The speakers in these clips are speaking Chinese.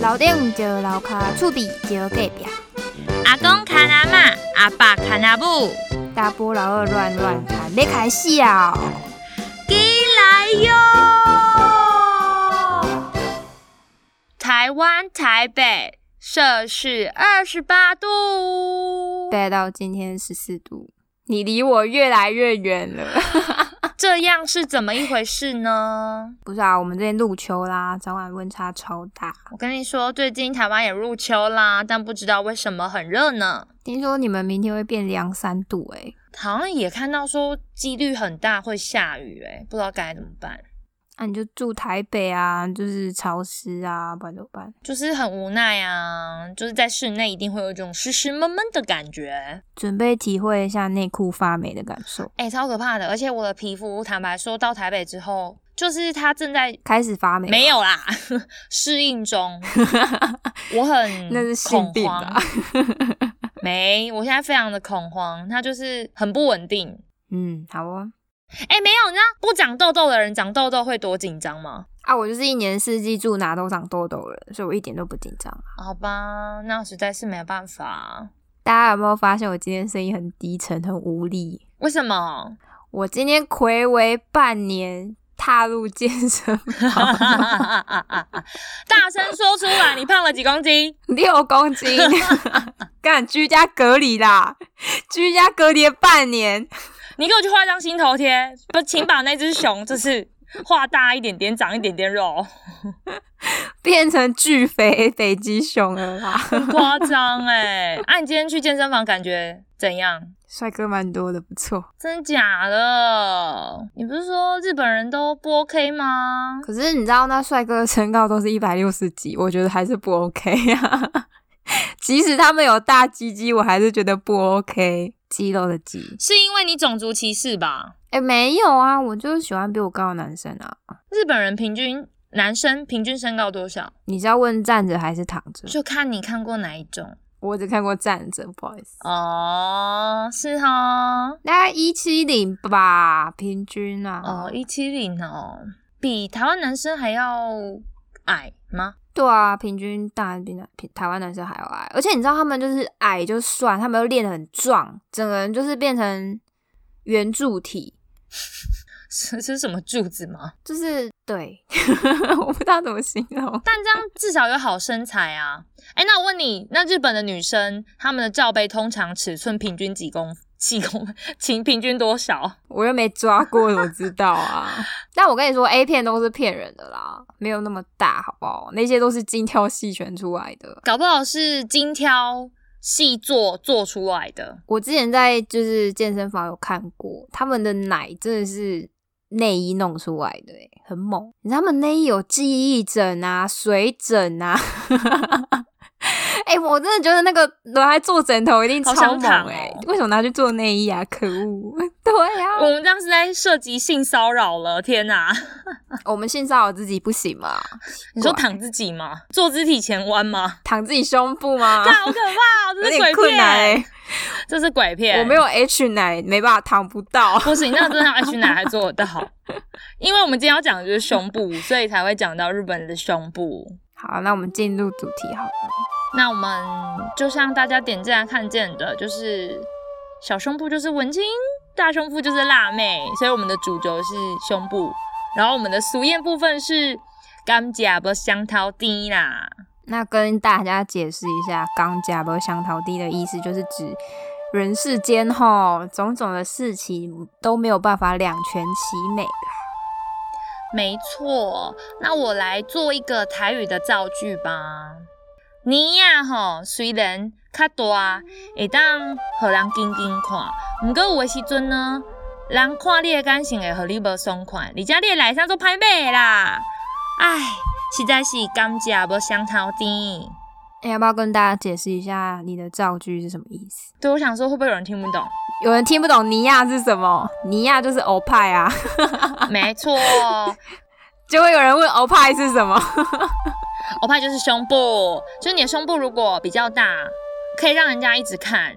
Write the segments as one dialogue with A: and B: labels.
A: 楼顶石楼骹，厝边石隔壁，
B: 阿公看阿嬷，阿爸看阿母，
A: 大波老二乱乱砍，要开始啊！
B: 起来哟！台湾台北摄氏二十八度，
A: 带到今天十四度，你离我越来越远 了。
B: 这样是怎么一回事呢？
A: 不是啊，我们这边入秋啦，早晚温差超大。
B: 我跟你说，最近台湾也入秋啦，但不知道为什么很热呢。
A: 听说你们明天会变凉三度、欸，诶
B: 好像也看到说几率很大会下雨、欸，哎，不知道该怎么办，
A: 那、啊你就住台北啊，就是潮湿啊，不然怎么办？
B: 就是很无奈啊。就是在室内一定会有一种湿湿闷闷的感觉，
A: 准备体会一下内裤发霉的感受，
B: 哎、超可怕的。而且我的皮肤，坦白说，到台北之后，就是它正在
A: 开始发霉。
B: 没，有啦， 适应中，我很
A: 那是性
B: 恐
A: 病
B: 慌
A: 吧？
B: 没，我现在非常的恐慌，它就是很不稳定。
A: 嗯，好哦。
B: 哎、没有，你知道不长痘痘的人长痘痘会多紧张吗？
A: 啊，我就是一年四季住哪都长痘痘了，所以我一点都不紧张。啊
B: 好吧，那实在是没有办法。
A: 大家有没有发现我今天声音很低沉，很无力？
B: 为什么？
A: 我今天暌违半年踏入健身房，
B: 大声说出来，你胖了几公斤？
A: 六公斤， 干居家隔离啦，居家隔离半年，
B: 你给我去画张心头贴，不，请把那只熊就是画大一点点，长一点点肉，
A: 变成巨肥北极熊了啦。
B: 很夸张哎！啊，你今天去健身房感觉怎样？
A: 帅哥蛮多的，不错。
B: 真假的？你不是说日本人都不 OK 吗？
A: 可是你知道那帅哥的身高都是一百六十几，我觉得还是不 OK 啊。 即使他们有大鸡鸡，我还是觉得不 OK。肌肉的肌，
B: 是因为你种族歧视吧？
A: 哎、没有啊，我就是喜欢比我高的男生啊。
B: 日本人平均男生平均身高多少？
A: 你是要问站着还是躺着？
B: 就看你看过哪一种
A: 我只看过站着，不好意思。
B: 哦，是哈，
A: 大概一七零吧，平均啊。
B: 哦，一七零哦，比台湾男生还要矮吗？
A: 对啊，平均当然比男比台湾男生还要矮，而且你知道他们就是矮就算，他们又练得很壮，整个人就是变成圆柱体，
B: 是 是什么柱子吗？
A: 就是对， 我不知道怎么形容。
B: 但这样至少有好身材啊！哎、那我问你，那日本的女生她们的罩杯通常尺寸平均几公 几公，平平均多少？
A: 我又没抓过，我知道啊。 但我跟你说，A 片都是骗人的啦，没有那么大，好不好？那些都是精挑细选出来的。
B: 搞不好是精挑细做做出来的。
A: 我之前在就是健身房有看过，他们的奶真的是内衣弄出来的、欸，很猛。你知道他们内衣有记忆枕啊、水枕啊。 哎、我真的觉得那个拿来做枕头一定
B: 好
A: 超
B: 想
A: 猛
B: 躺
A: 哎、
B: 哦
A: 为什么拿去做内衣啊？可恶！ 对啊 呀、
B: 我们这样是在涉及性骚扰了，天哪！
A: 我们性骚扰自己不行吗？
B: 你说
A: 怪
B: 躺自己吗？做肢体前 弯吗？
A: 躺自己胸部吗
B: 这？好可怕、哦，这
A: 有
B: 是
A: 点
B: 鬼
A: 困
B: 片，
A: 难哎、
B: 这是鬼片。
A: 我没有 H 奶，没办法躺不到。
B: 不行，那真的要去哪还做得到？因为我们今天要讲的就是胸部，所以才会讲到日本人的胸部。
A: 好，那我们进入主题好了。
B: 那我们就像大家点进来看见的，就是小胸部就是文青，大胸部就是辣妹，所以我们的主轴是胸部，然后我们的俗艳部分是甘蔗不香桃丁啦。
A: 那跟大家解释一下，刚甲不香桃地的意思就是指人世间吼种种的事情都没有办法两全其美啦。
B: 没错，那我来做一个台语的造句吧。你呀吼，虽然较大，会当互人紧紧看，毋过有诶时阵呢，人看你诶感情会互你无爽快，而且你诶内衫做歹买的啦。唉，实在是甘蔗无香头甜。
A: 欸要不要跟大家解释一下你的造句是什么意思？
B: 对，我想说会不会有人听不懂？
A: 有人听不懂尼亚是什么？尼亚就是欧派啊，
B: 没错，
A: 就会有人问欧派是什么？
B: 欧派就是胸部，就是你的胸部如果比较大，可以让人家一直看。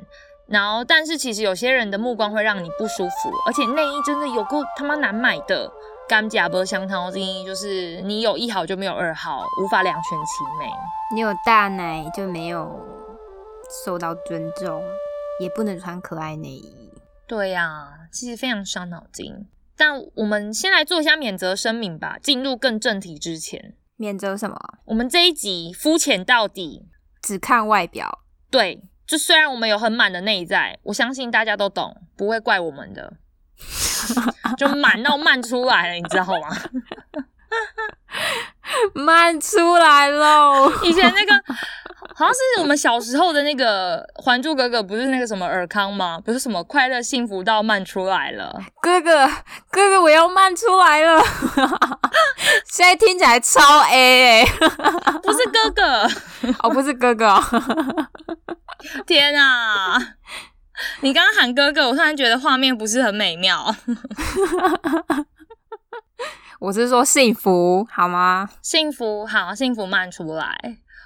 B: 然后，但是其实有些人的目光会让你不舒服，而且内衣真的有够他妈难买的，甘蔗不相同的，就是你有一好就没有二好，无法两全其美。
A: 你有大奶就没有受到尊重，也不能穿可爱内衣。
B: 对呀、其实非常伤脑筋。但我们先来做一下免责声明吧。进入更正题之前，
A: 免责什么？
B: 我们这一集肤浅到底。
A: 只看外表。
B: 对，就虽然我们有很满的内在，我相信大家都懂，不会怪我们的。就满到漫出来了，你知道吗？
A: 慢出来喽！
B: 以前那个好像是我们小时候的那个《还珠格格》，不是那个什么尔康吗？不是什么快乐幸福到漫出来了。
A: 哥哥，哥哥，我要慢出来了。 现在听起来超 A 哎、
B: 不是哥哥，
A: 哦，不是哥哥哦、
B: 天啊！你刚刚喊哥哥，我突然觉得画面不是很美妙。
A: 我是说幸福好吗？
B: 幸福好，幸福漫出来。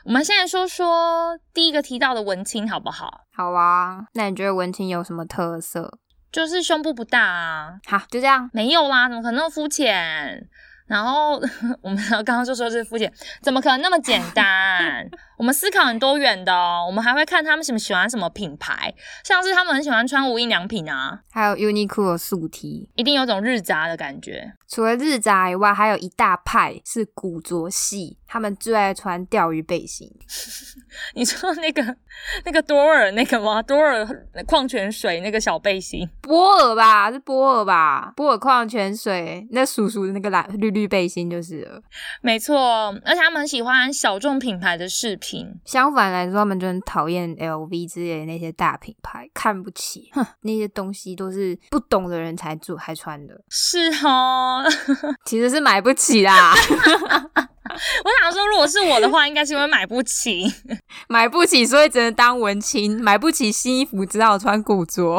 B: 我们现在说说第一个提到的文青好不好？
A: 好啊，那你觉得文青有什么特色？
B: 就是胸部不大啊，
A: 好，就这样。
B: 没有啦，怎么可能那么肤浅？然后 我们刚刚就说这是肤浅，怎么可能那么简单？ 我们思考很多元的哦，我们还会看他们喜不喜欢什么品牌，像是他们很喜欢穿无印良品啊，
A: 还有 Uniqlo 素 T，
B: 一定有种日杂的感觉。
A: 除了日杂以外，还有一大派是古着系，他们最爱穿钓鱼背心。
B: 你说那个 那个多尔那个吗？多尔矿泉水那个小背心，
A: 波尔吧，是波尔吧？波尔矿泉水，那叔叔的那个蓝绿绿背心就是了。
B: 没错，而且他们很喜欢小众品牌的饰品，
A: 相反来说，他们就很讨厌 LV 之类的那些大品牌，看不起。哼，那些东西都是不懂的人才做还穿的，
B: 是哦。
A: 其实是买不起啦，
B: 我想说，如果是我的话，应该是因为买不起。
A: 买不起，所以只能当文青。买不起新衣服，只好穿古着。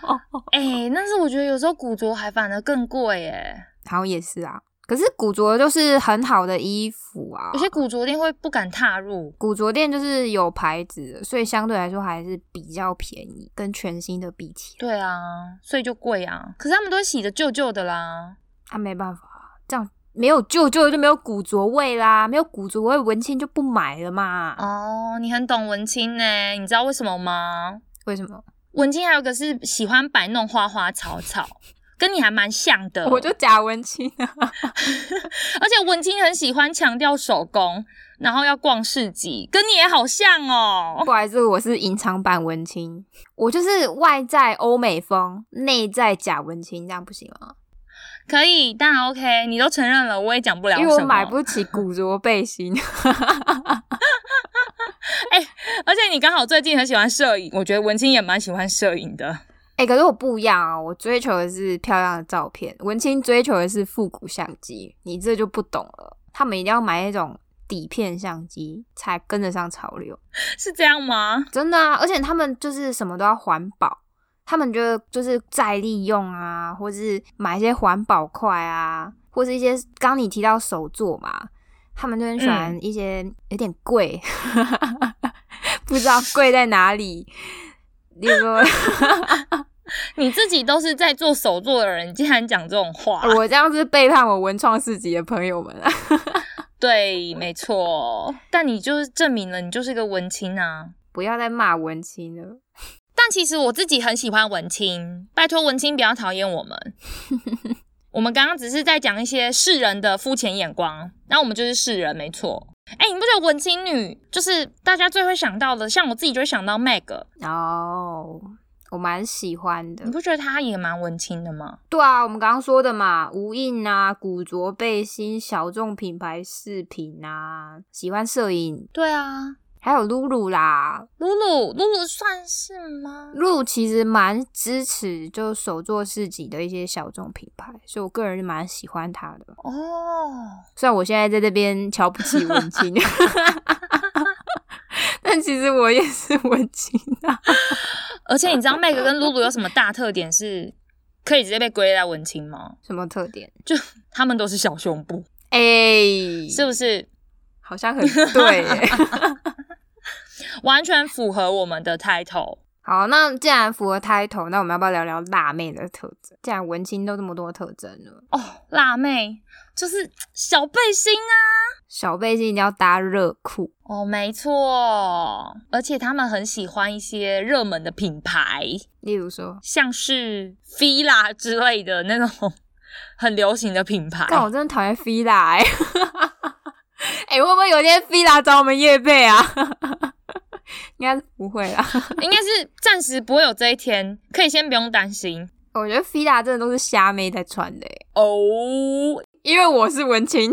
B: 哎、但是我觉得有时候古着还反而更贵耶，
A: 好像也是啊，可是古着就是很好的衣服啊
B: 有。些古着店会不敢踏入。
A: 古着店就是有牌子的，所以相对来说还是比较便宜，跟全新的比起来。
B: 对啊，所以就贵啊。可是他们都洗的旧旧的啦。
A: 他、没办法，这样没有旧旧的就没有古着味啦，没有古着味，文青就不买了嘛。
B: 哦，你很懂文青呢，你知道为什么吗？
A: 为什么？
B: 文青还有一个是喜欢摆弄花花草草，跟你还蛮像的。
A: 我就假文青啊，
B: 而且文青很喜欢强调手工，然后要逛市集，跟你也好像哦。
A: 不好意思，我是隐藏版文青，我就是外在欧美风，内在假文青，这样不行吗？
B: 可以，当然 OK，你都承认了，我也讲不了什
A: 因
B: 么。
A: 为我买不起古着背心，
B: 而且你刚好最近很喜欢摄影，我觉得文青也蛮喜欢摄影的。
A: 哎、可是我不一样啊，我追求的是漂亮的照片，文青追求的是复古相机，你这就不懂了。他们一定要买那种底片相机才跟得上潮流，
B: 是这样吗？
A: 真的啊！而且他们就是什么都要环保，他们觉得就是再利用啊，或是买一些环保块啊，或是一些刚刚你提到手作嘛，他们就很喜欢一些、有点贵， 不知道贵在哪里。例如说。
B: 你自己都是在做手作的人，你竟然讲这种话？
A: 我这样是背叛我文创市集的朋友们啊！
B: 对，没错。但你就是证明了你就是一个文青啊。
A: 不要再骂文青了。
B: 但其实我自己很喜欢文青，拜托文青不要讨厌我 们。我们刚刚只是在讲一些世人的肤浅眼光，那我们就是世人，没错。哎、你不觉得文青女就是大家最会想到的？像我自己就会想到 Meg，
A: 哦、我蛮喜欢的
B: 你。不觉得她也蛮文青的吗？
A: 对啊，我们刚刚说的嘛，无印啊，古着背心、小众品牌饰品啊，喜欢摄影，
B: 对啊，
A: 还有露露啦。
B: 露露，露露算是吗？
A: 露露其实蛮支持就手作市集的一些小众品牌，所以我个人是蛮喜欢她的。
B: 哦，
A: 虽然我现在在这边瞧不起文青， 但其实我也是文青啊。
B: 而且你知道 Meg 跟露露有什么大特点是可以直接被归类在文青吗？
A: 什么特点？
B: 他们都是小胸部，
A: 哎、
B: 是不是
A: 好像很对耶。
B: 完全符合我们的 title？
A: 好，那既然符合 title，那我们要不要聊聊辣妹的特征？既然文青都这么多特征了，
B: 哦，辣妹就是小背心啊。
A: 小背心一定要搭热裤，
B: 哦，没错，而且他们很喜欢一些热门的品牌，
A: 例如说，
B: 像是 fila 之类的那种 很流行的品牌。
A: 但我真的讨厌 fila 哎、欸， 哎、会不会有一天 fila 找我们叶配啊？ 应该是不会啦。
B: 应该是暂时不会有这一天，可以先不用担心
A: 我觉得 fila 真的都是虾妹在穿的、欸，
B: 哦。
A: 因为我是文青，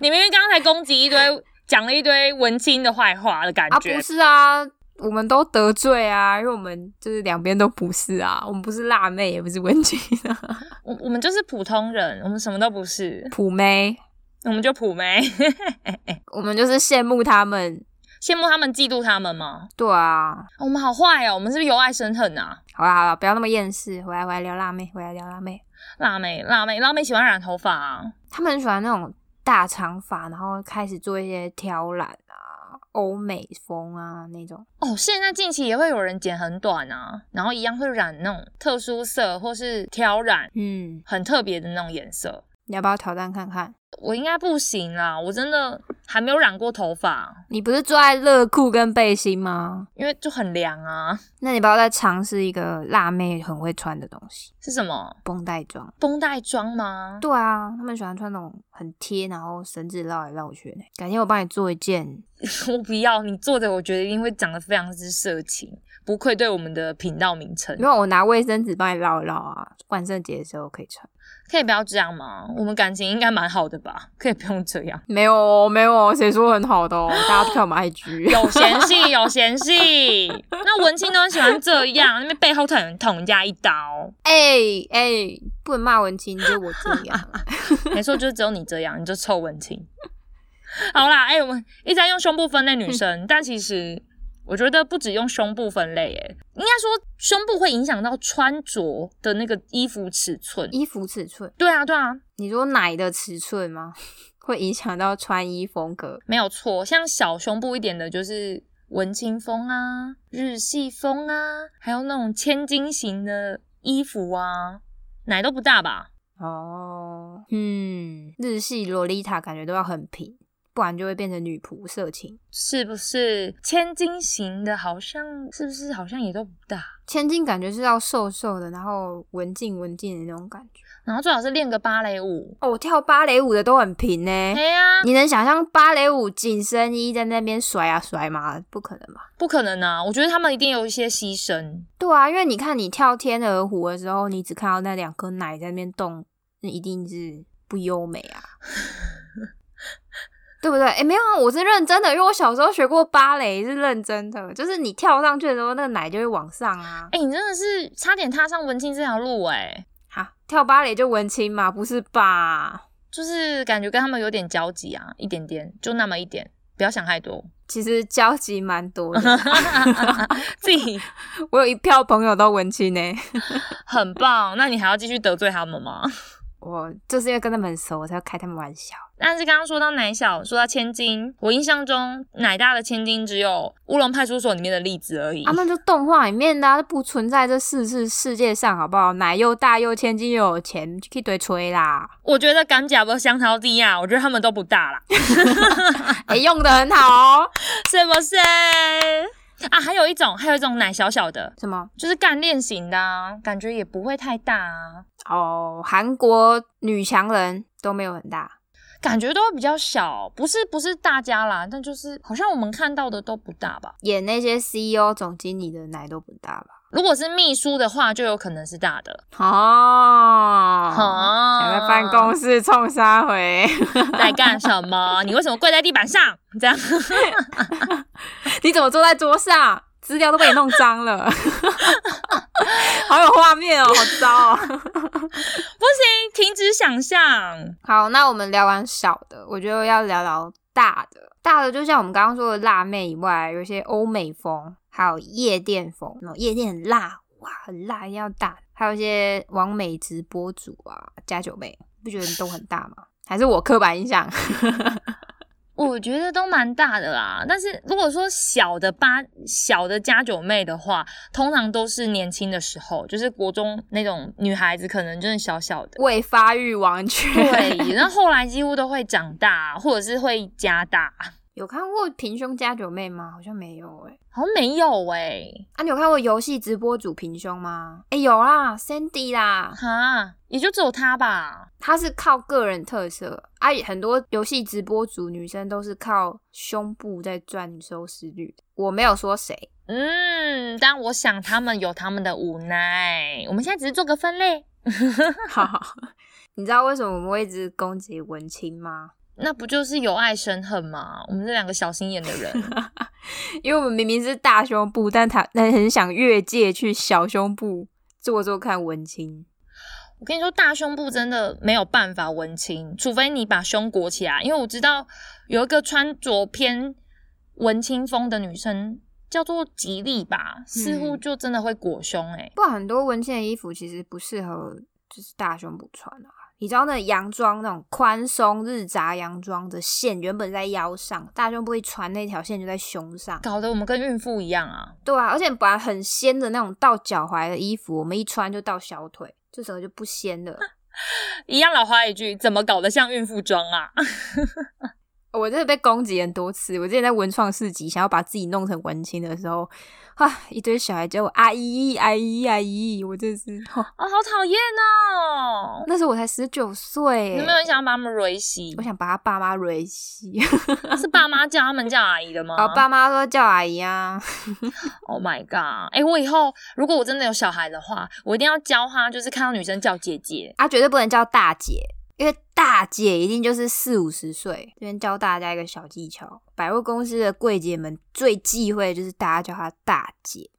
B: 你明明刚才攻击一堆，讲了一堆文青的坏话的感
A: 啊，
B: 觉。
A: 不是啊，我们都得罪啊，因为我们就是两边都不是啊，我们不是辣妹，也不是文青啊，
B: 我我们就是普通人，我们什么都不是，
A: 普妹，
B: 我们就普妹。
A: 我们就是羡慕他们。
B: 羡慕他们，嫉妒他们吗？
A: 对啊，
B: 我们好坏哦，我们是不是由爱生恨啊？
A: 好啦好啦，不要那么厌世，回来回来聊辣妹，回来聊辣妹。
B: 辣妹，辣妹，辣妹喜欢染头发、啊，
A: 他们很喜欢那种大长发，然后开始做一些挑染啊、欧美风啊那种。
B: 哦，现在近期也会有人剪很短啊，然后一样会染那种特殊色或是挑染
A: 嗯，
B: 很特别的那种颜色。
A: 你要不要挑战看看？
B: 我应该不行啦，我真的还没有染过头发，
A: 你不是最爱热裤跟背心吗？
B: 因为就很凉啊。
A: 那你不要再尝试一个辣妹很会穿的东西，
B: 是什么
A: 绷带装。
B: 绷带装吗？
A: 对啊，他们喜欢穿那种很贴，然后绳子绕来绕去的。改天我帮你做一件，
B: 我不要，你做的我觉得一定会长得非常之色情，不愧对我们的频道名称
A: 没。有我拿卫生纸帮你绕一绕啊，万圣节的时候可以穿。。
B: 可以不要这样吗？我们感情应该蛮好的吧？可以不用这样
A: 没有哦没有哦，谁说很好的哦？大家都看我们 IG，
B: 有嫌隙，有嫌隙。那文青都很喜欢这样，那边背后捅捅人家一刀。
A: 哎哎、不能骂文青，就我这样。啊
B: 没错，就是只有你这样，你就臭文青。好啦，哎、我们一直在用胸部分类女生，但其实我觉得不止用胸部分类、哎，应该说胸部会影响到穿着的那个衣服尺寸。
A: 衣服尺寸，
B: 对啊，对啊，
A: 你说奶的尺寸吗？ 会影响到穿衣风格。
B: 没有错。像小胸部一点的，就是文青风啊、日系风啊，还有那种千金型的衣服啊，奶都不大吧？
A: 哦，嗯，日系洛丽塔感觉都要很平，不然就会变成女仆色情。
B: 是不是千金型的？好像是不是好像也都不大？
A: 千金感觉是要瘦瘦的，然后文静文静的那种感觉。
B: 然后最好是练个芭蕾舞。
A: 哦，跳芭蕾舞的都很平呢、
B: 哎呀、
A: 你能想象芭蕾舞紧身衣在那边甩啊甩吗？不可能吧？
B: 不可能啊！我觉得他们一定有一些牺牲。
A: 对啊，因为你看你跳天鹅湖的时候，你只看到那两颗奶在那边动，那一定是不优美啊，对不对？哎、没有啊，我是认真的，因为我小时候学过芭蕾，是认真的，就是你跳上去的时候，那个奶就会往上啊。
B: 哎、你真的是差点踏上文青这条路哎、
A: 好，跳芭蕾就文青嘛，不是吧？
B: 就是感觉跟他们有点交集啊，一点点，就那么一点，不要想太多。
A: 其实交集蛮多的啊、
B: 自己
A: 我有一票朋友都文青呢、
B: 很棒，那你还要继续得罪他们吗？
A: 我就是因为跟他们很熟，我才会开他们玩笑。
B: 但是刚刚说到奶小，说到千金，我印象中奶大的千金只有《乌龙派出所》里面的例子而已。
A: 他们就动画里面的、啊，不存在这世世世界上，好不好？奶又大又千金又有钱，去堆吹啦！
B: 我觉得甘甲和香桃地亚，我觉得他们都不大啦，
A: 哎、用的很好哦。
B: 是不是？啊，还有一种，还有一种奶小小的，
A: 什么？
B: 就是干练型的、啊，感觉也不会太大啊，
A: 哦，韩国女强人都没有很大，
B: 感觉都会比较小，不是不是大家啦，但就是好像我们看到的都不大吧。
A: 演那些 CEO 总经理的奶都不大吧？
B: 如果是秘书的话，就有可能是大的。
A: 哦，
B: 哦
A: 想在办公室冲杀回，
B: 在干什么？你为什么跪在地板上？这样
A: 你怎么坐在桌上？资料都被你弄脏了， 好有画面哦，好糟哦。
B: 不行，停止想象。
A: 好，那我们聊完小的，我觉得要聊聊大的。大的就像我们刚刚说的辣妹以外，有一些欧美风，还有夜店风，那种夜店很辣，哇，很辣，一定要大。还有一些完美直播 主啊，加九妹，不觉得都很大吗？还是我刻板印象？
B: 我觉得都蛮大的啦，但是如果说小的八小的家九妹的话，通常都是年轻的时候，就是国中那种女孩子，可能就是小小的。
A: 未发育完全。
B: 对，然后后来几乎都会长大，或者是会加大，
A: 有看过平胸加九妹吗？好像没有哎、
B: 好像没有哎、
A: 啊，你有看过游戏直播主平胸吗？哎、有啦，Sandy 啦，
B: 哈，也就只有她吧。
A: 她是靠个人特色啊，很多游戏直播主女生都是靠胸部在赚收视率。我没有说谁，
B: 嗯，但我想他们有他们的无奈，我们现在只是做个分类，
A: 哈哈。 你知道为什么我们会一直攻击文青吗？
B: 那不就是有爱生恨吗？我们这两个小心眼的人，
A: 因为我们明明是大胸部，但他但很想越界去小胸部做做看文青。
B: 我跟你说，大胸部真的没有办法文青，除非你把胸裹起来。因为我知道有一个穿着偏文青风的女生叫做吉利吧，似乎就真的会裹胸哎、
A: 不过很多文青的衣服其实不适合就是大胸部穿啊。你知道那洋装那种宽松日杂洋装的线原本在腰上，大胸部一穿那条线就在胸上。
B: 搞得我们跟孕妇一样啊！
A: 对啊，而且本来很仙的那种到脚踝的衣服，我们一穿就到小腿，这整个就不仙了。
B: 一样老话一句，怎么搞得像孕妇装啊？
A: 我真的被攻击很多次。我之前在文创市集想要把自己弄成文青的时候，啊，一堆小孩叫我阿姨、阿姨、阿姨，我真是，哦、
B: 哦，好讨厌哦！
A: 那时候我才十九岁
B: 你有
A: 欸，
B: 没有很想要把他们蕊洗
A: 我？想把他爸妈蕊洗。
B: 是爸妈叫他们叫阿姨的吗？
A: 然后爸妈说叫阿姨啊，
B: Oh my god！哎、我以后如果我真的有小孩的话，我一定要教他，就是看到女生叫姐姐。
A: 啊，绝对不能叫大姐，因为大姐一定就是四五十岁。这边教大家一个小技巧，百货公司的柜姐们最忌讳的就是大家叫她大姐。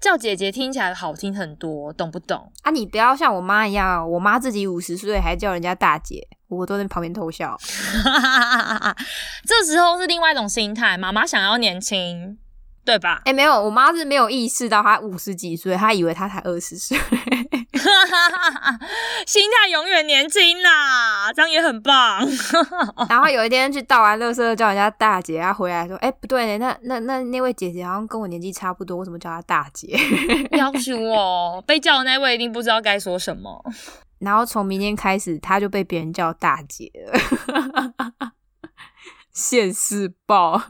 B: 叫姐姐听起来好听很多，懂不懂？
A: 啊，你不要像我妈一样哦，我妈自己五十岁还叫人家大姐，我都在旁边偷笑。
B: 这时候是另外一种心态，妈妈想要年轻，对吧？
A: 哎、没有，我妈是没有意识到她五十几岁，她以为她才二十岁。
B: 心态永远年轻啦，这样也很棒。
A: 然后有一天去倒完垃圾，叫人家大姐，她回来说：“哎、不对呢，那那那那位姐姐好像跟我年纪差不多，为什么叫她大姐？”
B: 要求我被叫的那位一定不知道该说什么。
A: 然后从明天开始，她就被别人叫大姐了， 现世报。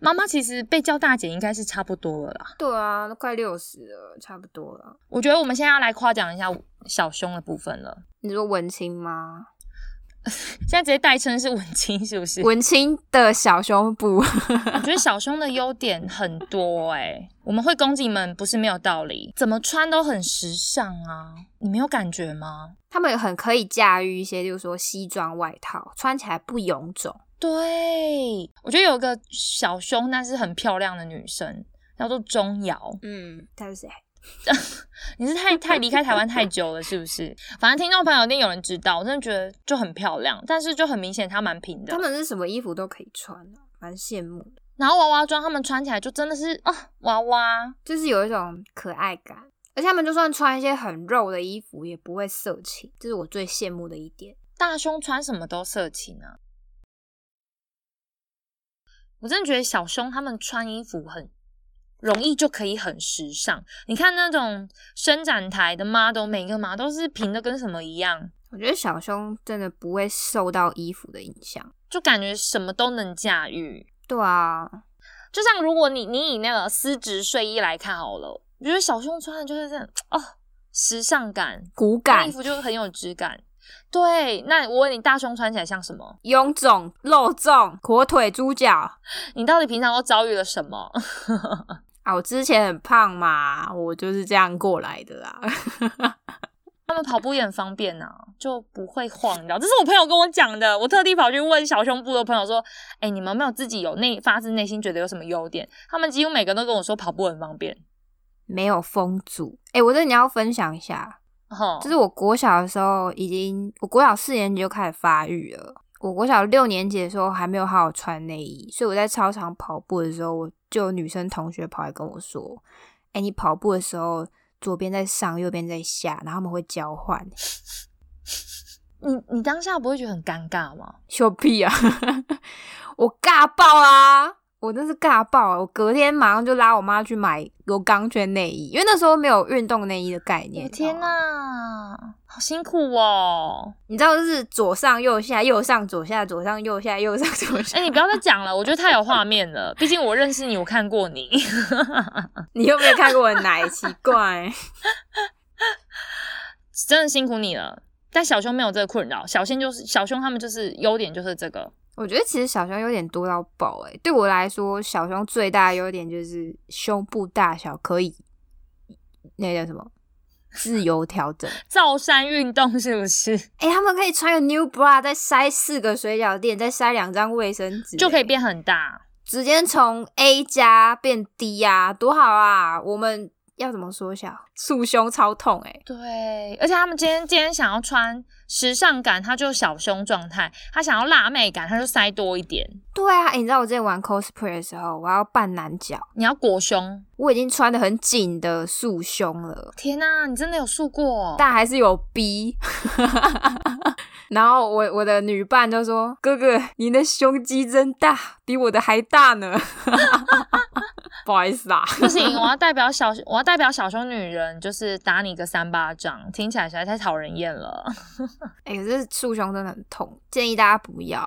B: 妈妈其实被叫大姐应该是差不多了啦。
A: 对啊，都快六十了，差不多了。
B: 我觉得我们现在要来夸奖一下小胸的部分了。
A: 你说文青吗？
B: 现在直接代称是文青，是不是？
A: 文青的小胸部。
B: 我觉得小胸的优点很多哎、我们会攻击你们不是没有道理，怎么穿都很时尚啊，你没有感觉吗？
A: 他们很可以驾驭一些，就是说西装外套，穿起来不臃肿。
B: 对，我觉得有个小胸但是很漂亮的女生叫做钟瑶，
A: 嗯，他是谁？
B: 你是太太离开台湾太久了是不是？反正听众朋友一定有人知道，我真的觉得就很漂亮，但是就很明显她蛮平的
A: 他。们是什么衣服都可以穿啊，蛮羡慕的，
B: 然后娃娃装她们穿起来就真的是啊娃娃，
A: 就是有一种可爱感。而且他们就算穿一些很肉的衣服，也不会色情，这是我最羡慕的一点。
B: 大胸穿什么都色情啊！我真的觉得小胸他们穿衣服很容易就可以很时尚。你看那种伸展台的 model，每个 model 都是平的跟什么一样，
A: 我觉得小胸真的不会受到衣服的影响。
B: 就感觉什么都能驾驭。
A: 对啊，
B: 就像如果你你以那个丝质睡衣来看好了，我觉得小胸穿的就是这样哦，时尚感，
A: 骨
B: 那
A: 感
B: 衣服就很有质感。对，那我问你，大胸穿起来像什么？
A: 臃肿、肉粽、火腿、猪脚
B: 你到底平常都遭遇了什么？
A: 啊！我之前很胖嘛，我就是这样过来的啦。
B: 他们跑步也很方便呐、就不会晃，你知道？这是我朋友跟我讲的，我特地跑去问小胸部的朋友说：“哎、你们有没有自己有内发自内心觉得有什么优点？”他们几乎每个人都跟我说跑步很方便。
A: 没有风阻，哎、我真的要分享一下，
B: 哈，
A: 就是我国小的时候，已经我国小四年级就开始发育了。我国小六年级的时候还没有好好穿内衣，所以我在操场跑步的时候，我就有女生同学跑来跟我说：“哎、你跑步的时候左边在上，右边在下，然后他们会交换。
B: 你你当下不会觉得很尴尬吗？”
A: 秀屁啊！ 我尬爆啊！我真是尬爆、啊！我隔天马上就拉我妈去买有钢圈内衣，因为那时候没有运动内衣的概念。
B: 我天
A: 哪、
B: 哪、好辛苦哦！
A: 你知道就是左上右下，右上左下，左上右下，右上左下。
B: 哎、你不要再讲了，我觉得太有画面了。毕竟我认识你，我看过你。
A: 你有没有看过我的 奶？奇怪，
B: 真的辛苦你了。但小胸没有这个困扰，小仙就是小胸，他们就是优点就是这个，
A: 我觉得其实小胸有点多到爆哎、对我来说，小胸最大的优点就是胸部大小可以，那叫什么？自由调整。
B: 造山运动是不是
A: 哎、他们可以穿个 new bra，再塞四个水饺垫，再塞两张卫生纸、
B: 就可以
A: 哎
B: 变很大？
A: 直接从 A 加变 D 啊，多好啊！我们要怎么缩小？束胸超痛哎、
B: 对，而且他们今天今天想要穿时尚感，他就小胸状态；他想要辣妹感，他就塞多一点。
A: 对啊，哎你知道我之前玩 cosplay 的时候，我要扮男角，
B: 你要裹胸，
A: 我已经穿的很紧的束胸了，
B: 天呐，你真的有束过？哦
A: 但还是有 B。然后我我的女伴就说：“哥哥，你的胸肌真大，比我的还大呢。” 不好意思啊，
B: 不行，我要代表小，我要代表小胸女人，就是打你个三巴掌，听起来实在太讨人厌了。
A: 哎、可是束胸真的很痛，建议大家不要，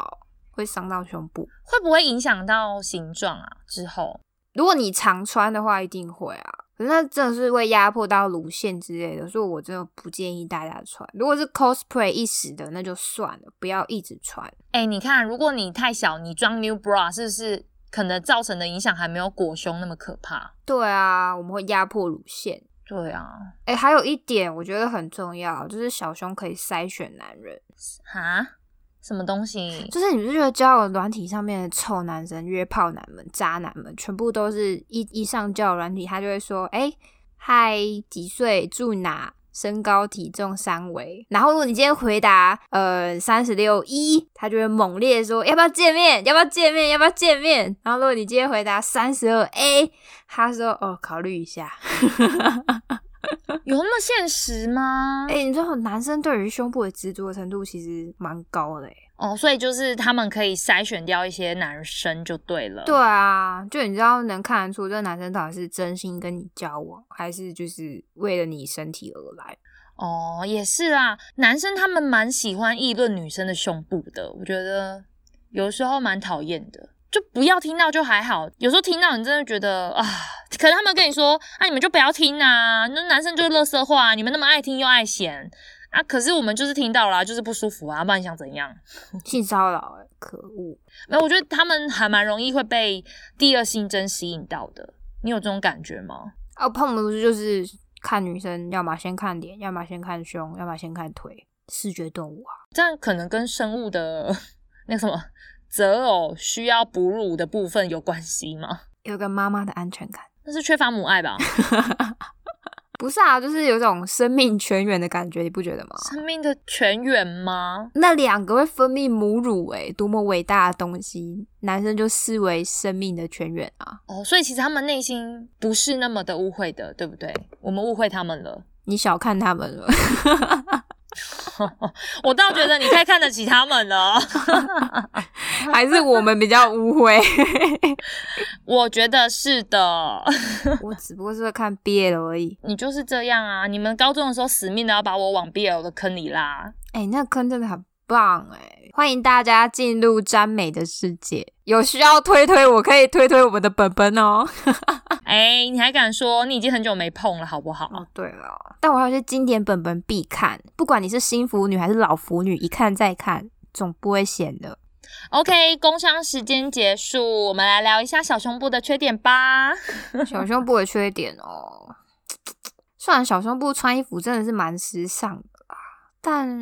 A: 会伤到胸部。
B: 会不会影响到形状啊？之后
A: 如果你常穿的话，一定会啊。可是那真的是会压迫到乳腺之类的，所以我真的不建议大家穿。如果是 cosplay 一时的，那就算了，不要一直穿。
B: 哎、你看，如果你太小，你装 new bra 是不是可能造成的影响还没有裹胸那么可怕？
A: 对啊，我们会压迫乳腺。
B: 对啊，
A: 哎、还有一点我觉得很重要，就是小胸可以筛选男人。
B: 哈，什么东西？
A: 就是你不是觉得交友软体上面的臭男生、约炮男们、渣男们，全部都是一一上交友软体，他就会说：“哎、嗨，几岁？住哪？身高体重三围。”然后如果你今天回答呃三十六一，他就会猛烈地说：“要不要见面？要不要见面？要不要见面？”然后如果你今天回答三十二 A，他说：“哦，考虑一下。
B: 有那么现实吗？
A: 哎，你知道男生对于胸部的执着程度其实蛮高的、欸，
B: 哦，所以就是他们可以筛选掉一些男生就对了。
A: 对啊，就你知道能看得出这男生到底是真心跟你交往，还是就是为了你身体而来。
B: 哦，也是啦，男生他们蛮喜欢议论女生的胸部的，我觉得有时候蛮讨厌的。就不要听到就还好，有时候听到你真的觉得啊，可能他们跟你说啊，你们就不要听啊，那男生就是乐色话，啊你们那么爱听又爱嫌啊，可是我们就是听到啦，就是不舒服啊，不然你想怎样？
A: 性骚扰、欸，可恶！
B: 没有，我觉得他们还蛮容易会被第二性征吸引到的，你有这种感觉吗？
A: 啊，碰不是就是看女生，要么先看脸，要么先看胸，要么先看腿，视觉动物啊。
B: 这样可能跟生物的 那个什么择偶需要哺乳的部分有关系吗？
A: 有个妈妈的安全感，
B: 那是缺乏母爱吧？
A: 不是啊，就是有种生命泉源的感觉，你不觉得吗？
B: 生命的泉源吗？
A: 那两个会分泌母乳、欸，多么伟大的东西，男生就视为生命的泉源啊！
B: 哦，所以其实他们内心不是那么的误会的，对不对？我们误会他们了。
A: 你小看他们了。
B: 我倒觉得你太看得起他们了。
A: 还是我们比较污秽？
B: 我觉得是的，
A: 我只不过是会看 BL 而已。
B: 你就是这样啊！你们高中的时候死命的要把我往 BL 的坑里拉。
A: 哎、那坑真的很棒哎、欢迎大家进入詹美的世界。有需要推推，我可以推推我们的本本哦。
B: 哎、你还敢说你已经很久没碰了，好不好？
A: 哦，对了，但我还有一些经典本本必看，不管你是新腐女还是老腐女，一看再看，总不会闲的。
B: OK，工商时间结束，我们来聊一下小胸部的缺点吧。
A: 小胸部的缺点哦，虽然小胸部穿衣服真的是蛮时尚的啦，但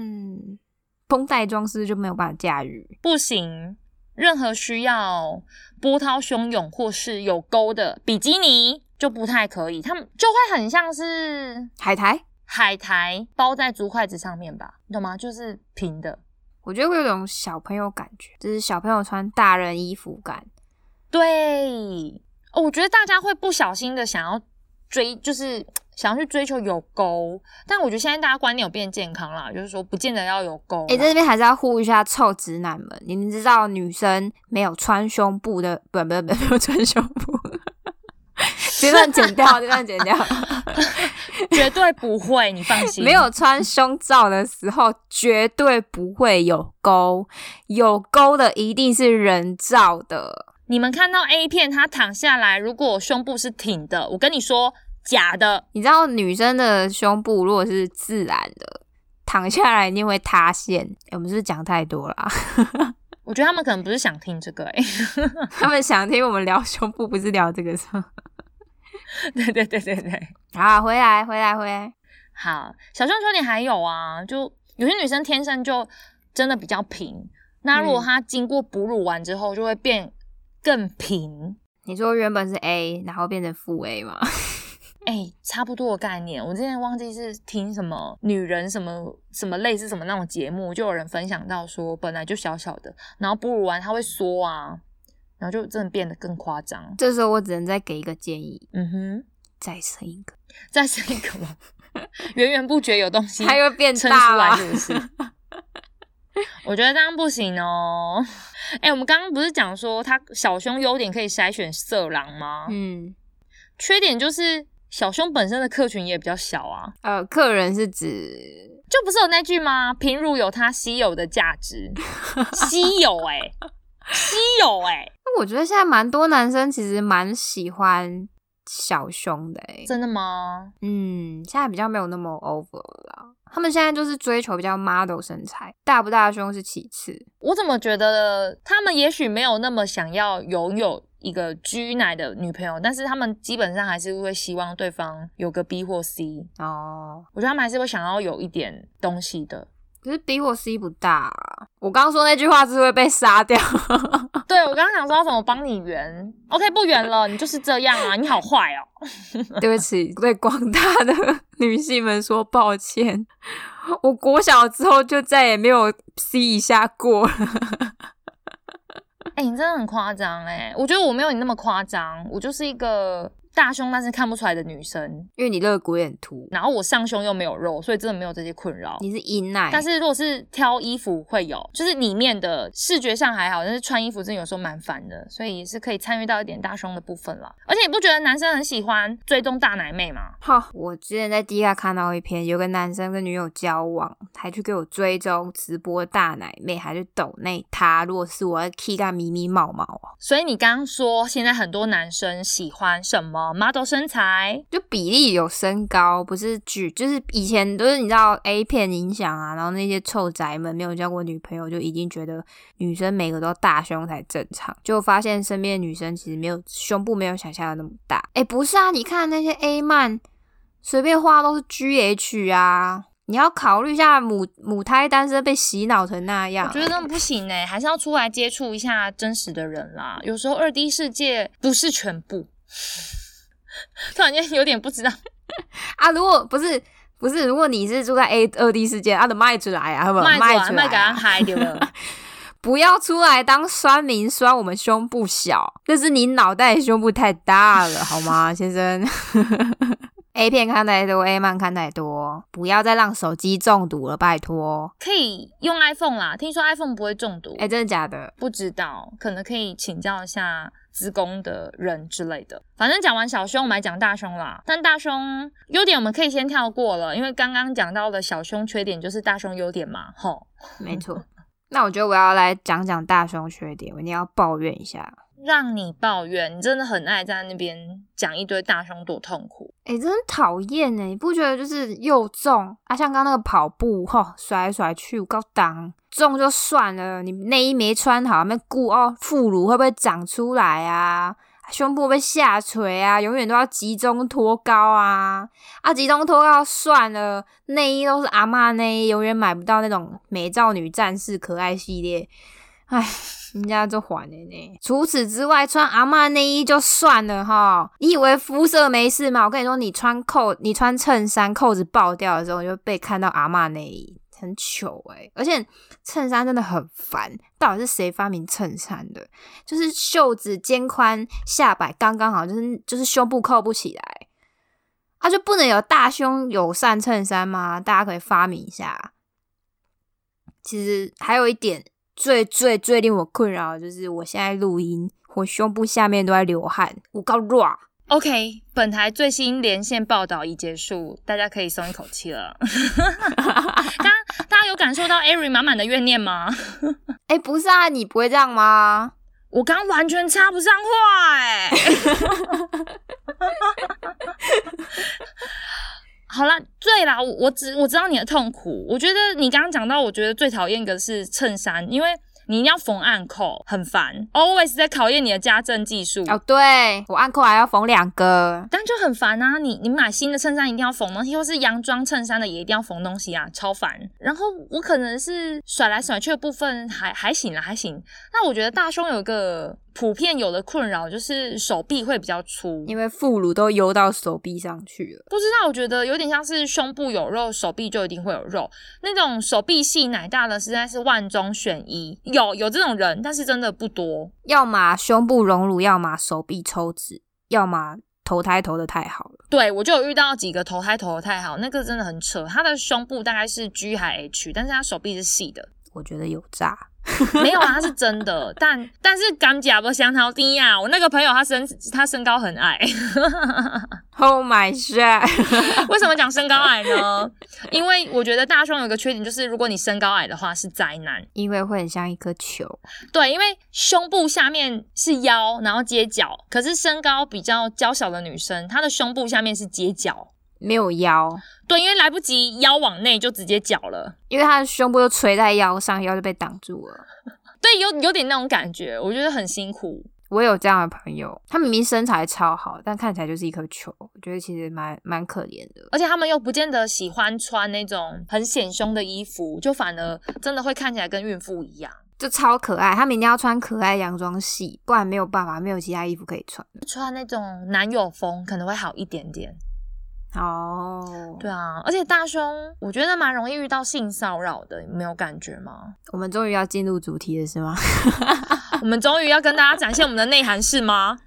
A: 绷带装饰就没有办法驾驭。
B: 不行，任何需要波涛汹涌或是有沟的比基尼就不太可以，他们就会很像是
A: 海苔，
B: 海苔包在竹筷子上面吧，你懂吗？就是平的。
A: 我觉得会有种小朋友感觉，就是小朋友穿大人衣服感。
B: 对，哦我觉得大家会不小心的想要追，就是想要去追求有沟，但我觉得现在大家观念有变健康啦，就是说不见得要有沟啦。
A: 哎、在这边还是要呼吁一下臭直男们，你们知道女生没有穿胸部的，不不不，没有穿胸部，这段剪掉，这段剪掉，
B: 绝对不会，你放心。
A: 没有穿胸罩的时候绝对不会有沟，有沟的一定是人造的，
B: 你们看到 A 片，她躺下来，如果胸部是挺的，我跟你说，假的。
A: 你知道女生的胸部如果是自然的，躺下来一定会塌陷。诶我们是不是讲太多了啊、
B: 我觉得他们可能不是想听这个、欸，
A: 他们想听我们聊胸部，不是聊这个是吗？
B: 对对对对对。
A: 好，啊回来，回来，回来。
B: 好，小胸球你还有啊，就有些女生天生就真的比较平，那如果
A: 嗯
B: 她经过哺乳完之后，就会变更平。
A: 你说原本是 A，然后变成负 A 嘛？
B: 哎、差不多的概念。我之前忘记是听什么女人什么什么类似什么那种节目，就有人分享到说，本来就小小的，然后哺乳完它会缩啊，然后就真的变得更夸张。
A: 这时候我只能再给一个建议，
B: 嗯哼，
A: 再生一个，
B: 再生一个吧，源源不绝有东 西
A: 它又变
B: 撑
A: 大啊
B: 出来，
A: 了
B: 是。不 是？我觉得这样不行哦。哎、我们刚刚不是讲说它小胸优点可以筛选色狼吗？
A: 嗯，
B: 缺点就是小胸本身的客群也比较小啊。
A: 呃，客人是指
B: 就不是有那句吗？平乳有它稀有的价 值，稀有哎、稀有哎、
A: 我觉得现在蛮多男生其实蛮喜欢小胸的、欸，
B: 真的吗？
A: 嗯，现在比较没有那么 over 了啦。他们现在就是追求比较 model 身材，大不大胸是其次。
B: 我怎么觉得他们也许没有那么想要拥有一个 G 奶的女朋友，但是他们基本上还是会希望对方有个 B 或 C。
A: 哦，
B: 我觉得他们还是会想要有一点东西的。
A: 可是 B 或 C 不大啊、我刚刚说那句话是会被杀掉。
B: 对我刚刚想说要怎么帮你圆，OK 不圆了，你就是这样啊，你好坏哦。
A: 对不起，对广大的女性们说抱歉。我国小之后就再也没有 C 以下过了。
B: 哎、你真的很夸张哎！我觉得我没有你那么夸张，我就是一个大胸但是看不出来的女生，
A: 因为你肋骨有点凸，
B: 然后我上胸又没有肉，所以真的没有这些困扰。
A: 你是阴奶，
B: 但是如果是挑衣服会有，就是里面的视觉上还好，但是穿衣服真的有时候蛮烦的，所以也是可以参与到一点大胸的部分啦。而且你不觉得男生很喜欢追踪大奶妹吗？
A: 哈，我之前在 D 卡看到一篇，有个男生跟女友交往，还去给我追踪直播大奶妹，还去抖内他。如果是我要 K 个咪咪毛毛啊，
B: 所以你刚刚说现在很多男生喜欢什么 model 身材，
A: 就比例有升高，不是举，就是以前都是你知道 A 片影响啊，然后那些臭宅们没有交过女朋友，就已经觉得女生每个都大胸才正常，就发现身边的女生其实没有胸部没有想象的那么大。哎、不是啊，你看那些 A 漫随便画都是 GH 啊。你要考虑一下母母胎单身被洗脑成那样，
B: 我觉得真的不行哎、还是要出来接触一下真实的人啦。有时候二 D 世界不是全部， 突然间有点不知道
A: 啊，如果不是不是，如果你是住在 A 二 D 世界，啊，的卖出来啊，好不好
B: 卖
A: 卖
B: 出
A: 出
B: 卖
A: 来
B: 给他
A: 啊，
B: 嗨 对吧？
A: 不要出来当酸民酸我们胸部小，这是你脑袋胸部太大 了，好吗，先生 ？A 片看太多，A 漫看太多，不要再让手机中毒了，拜托。
B: 可以用 iPhone 啦，听说 iPhone 不会中毒。
A: 哎、真的假的？
B: 不知道，可能可以请教一下资工的人之类的。反正讲完小胸，我们来讲大胸啦。但大胸优点我们可以先跳过了，因为刚刚讲到的小胸缺点就是大胸优点嘛，吼。
A: 没错。 那我觉得我要来讲讲大胸缺点，我一定要抱怨一下。
B: 让你抱怨，你真的很爱在那边讲一堆大胸多痛苦。
A: 哎、真讨厌欸呢！你不觉得就是又重啊？像刚那个跑步，吼、甩来甩去，高档重就算了，你内衣没穿好，那顾哦，副乳会不会长出来啊？胸部会不会下垂啊？永远都要集中托高啊！啊，集中托高算了，内衣都是阿嬷内衣，永远买不到那种美少女战士可爱系列。唉，人家就还了呢。除此之外，穿阿嬷内衣就算了哈。你以为肤色没事吗？我跟你说，你穿扣，你穿衬衫扣子爆掉的时候，你就被看到阿嬷内衣，很糗诶、而且衬衫真的很烦，到底是谁发明衬衫的？就是袖子、肩宽、下摆刚刚好，就是就是胸部扣不起来。啊，就不能有大胸友善衬衫吗？大家可以发明一下。其实还有一点最最最令我困扰，的就是我现在录音，我胸部下面都在流汗，我告热。
B: OK，本台最新连线报道已结束，大家可以松一口气了。 大家大家有感受到 Ari 满满的怨念吗？
A: 哎、不是啊，你不会这样吗？
B: 我刚完全插不上话哎、 好啦，对啦，我我知我知道你的痛苦。我觉得你刚刚讲到，我觉得最讨厌的是衬衫，因为你一定要缝暗扣，很烦，always 在考验你的家政技术。
A: 哦，对我按扣还要缝两个，
B: 但就很烦啊！你你买新的衬衫一定要缝东西，或是洋装衬衫的也一定要缝东西啊，超烦。然后我可能是甩来甩去的部分还还行啦，还行。那我觉得大胸有一个普遍有的困扰就是手臂会比较粗，
A: 因为副乳都游到手臂上去了。
B: 不知道我觉得有点像是胸部有肉，手臂就一定会有肉。那种手臂细奶大的实在是万中选一，有有这种人，但是真的不多。
A: 要么胸部隆乳，要么手臂抽脂，要么投胎投的太好了。
B: 对我就有遇到几个投胎投的太好，那个真的很扯。他的胸部大概是 G 还 H，但是他手臂是细的。
A: 我觉得有诈，
B: 没有啊，他是真的，但但是甘甲不香桃低啊呀。我那个朋友他身他身高很矮，
A: Oh my god！
B: 为什么讲身高矮呢？因为我觉得大胸有个缺点就是，如果你身高矮的话是灾难。
A: 因为会很像一颗球，
B: 对，因为胸部下面是腰，然后接脚，可是身高比较娇小的女生，她的胸部下面是接脚。
A: 没有腰，
B: 对，因为来不及腰往内就直接脚了。
A: 因为他的胸部就垂在腰上，腰就被挡住了。
B: 对，有有点那种感觉，我觉得很辛苦。
A: 我有这样的朋友，他明明身材超好，但看起来就是一颗球，我觉得其实蛮蛮可怜的。
B: 而且他们又不见得喜欢穿那种很显胸的衣服，就反而真的会看起来跟孕妇一样。
A: 就超可爱，他们一定要穿可爱洋装系，不然没有办法，没有其他衣服可以穿。
B: 穿那种男友风可能会好一点点。
A: 哦，
B: 对啊，而且大胸我觉得蛮容易遇到性骚扰的，你没有感觉 吗？
A: 我们终于要进入主题了，是吗？
B: 我们终于要跟大家展现我们的内涵是吗？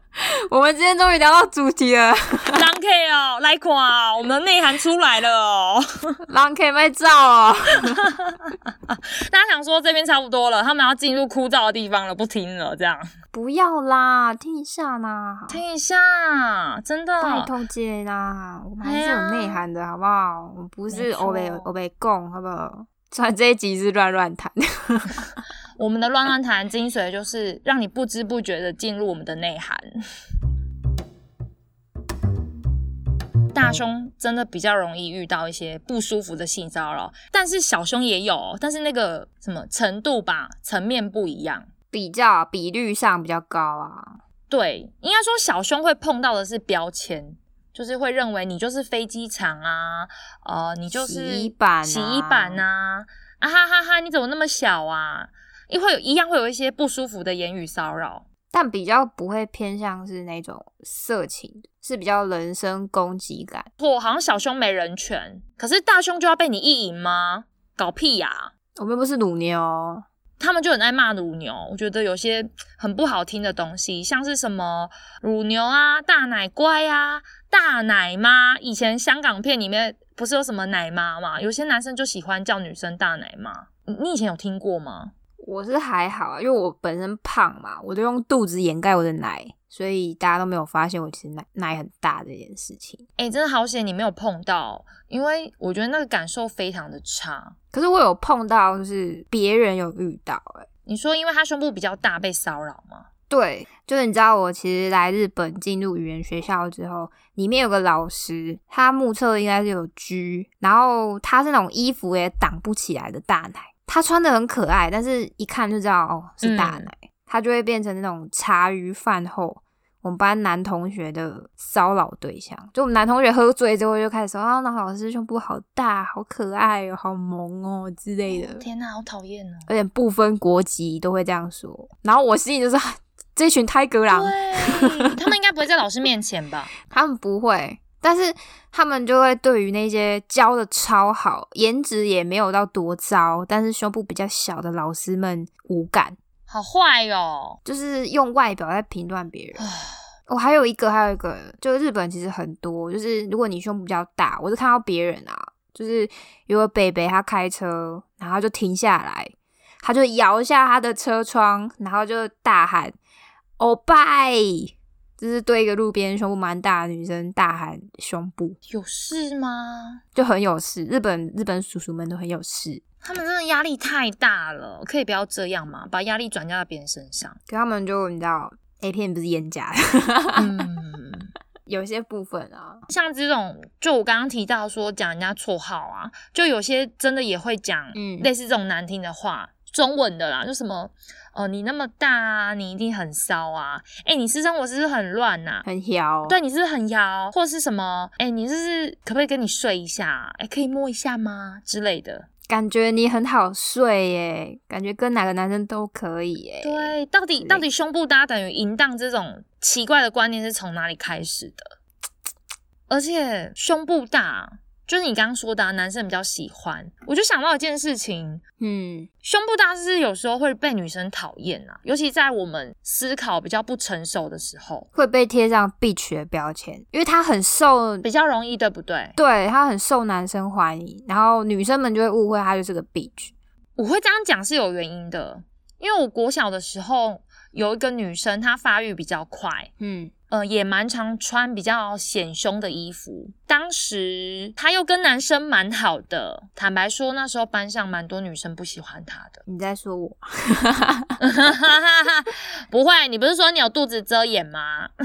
A: 我们今天终于聊到主题了
B: l u K 哦，来看哦，我们的内涵出来了 哦。
A: 狼可以卖照哦。
B: 大家想说这边差不多了，他们要进入枯燥的地方了，不听了，这样
A: 不要啦，听一下啦，
B: 听一啊下，真的
A: 拜托姐啦，我们还是有内涵的，好不好？我们不是
B: 哎没错
A: 欧北欧北共，好不好？ 虽然这一集是乱乱谈，
B: 我们的乱乱谈精髓就是让你不知不觉的进入我们的内涵。大胸真的比较容易遇到一些不舒服的性骚扰，但是小胸也有，哦但是那个什么程度吧，层面不一样。
A: 比较比率上比较高啊。
B: 对，应该说小胸会碰到的是标签，就是会认为你就是飞机场啊，呃，你就是
A: 洗衣板啊
B: 洗衣板呐、啊，啊哈哈哈，你怎么那么小啊？也会有一样会有一些不舒服的言语骚扰，
A: 但比较不会偏向是那种色情的，是比较人身攻击感。
B: 或好像小胸没人权，可是大胸就要被你意淫吗？搞屁呀、
A: 我们不是乳牛，
B: 他们就很爱骂乳牛，我觉得有些很不好听的东西，像是什么乳牛啊、大奶乖啊、大奶妈。以前香港片里面不是有什么奶妈嘛？有些男生就喜欢叫女生大奶妈。你你以前有听过吗？
A: 我是还好啊，因为我本身胖嘛，我都用肚子掩盖我的奶，所以大家都没有发现我其实奶奶很大这件事情。
B: 哎、真的好险你没有碰到，因为我觉得那个感受非常的差。
A: 可是我有碰到，就是别人有遇到、欸，
B: 你说因为他胸部比较大被骚扰吗？
A: 对，就是你知道，我其实来日本进入语言学校之后，里面有个老师，他目测应该是有 G，然后他是那种衣服也挡不起来的大奶，他穿的很可爱，但是一看就知道哦是大奶，他就会变成那种茶余饭后我们班男同学的骚扰对象。就我们男同学喝醉之后就开始说啊，那老师胸部好大，好可爱哦，好萌哦之类的。
B: 天哪，好讨厌哦！
A: 而且不分国籍都会这样说。然后我心里就是啊这群泰格狼，
B: 对，他们应该不会在老师面前吧？
A: 他们不会，但是他们就会对于那些教的超好、颜值也没有到多糟，但是胸部比较小的老师们无感，
B: 好坏哟、哦
A: 就是用外表在评断别人。我、还有一个，还有一个，就日本其实很多，就是如果你胸部比较大，我是看到别人啊，就是有个北北他开车，然后就停下来，他就摇下他的车窗，然后就大喊“欧拜”，就是对一个路边胸部蛮大的女生大喊胸部，
B: 有事吗？
A: 就很有事。日本日本叔叔们都很有事，
B: 他们真的压力太大了，可以不要这样嘛，把压力转嫁到别人身上。
A: 可他们就你知道 A 片不是演假的，
B: 嗯，
A: 有些部分啊，
B: 像这种，就我刚刚提到说讲人家绰号啊，就有些真的也会讲
A: 嗯
B: 类似这种难听的话，中文的啦，就什么哦、你那么大啊，你一定很骚啊，哎、你私生活是不是很乱呐、
A: 很摇。
B: 对，你是不是很摇，或是什么？哎、你是不是可不可以跟你睡一下啊？哎、可以摸一下吗？之类的。
A: 感觉你很好睡耶，感觉跟哪个男生都可以耶。
B: 对，到底
A: 之类
B: 到底胸部搭等于淫荡这种奇怪的观念是从哪里开始的？而且胸部大，就是你刚刚说的、啊，男生比较喜欢。我就想到一件事情，
A: 嗯，
B: 胸部大是有时候会被女生讨厌啊，尤其在我们思考比较不成熟的时候，
A: 会被贴上 bitch 的标签，因为他很受，
B: 比较容易，对不对？
A: 对他很受男生欢迎，然后女生们就会误会他就是个 bitch。
B: 我会这样讲是有原因的，因为我国小的时候有一个女生，她发育比较快，
A: 嗯，
B: 呃，也蛮常穿比较显胸的衣服。当时她又跟男生蛮好的，坦白说，那时候班上蛮多女生不喜欢她的。
A: 你在说我？
B: 不会，你不是说你有肚子遮掩吗？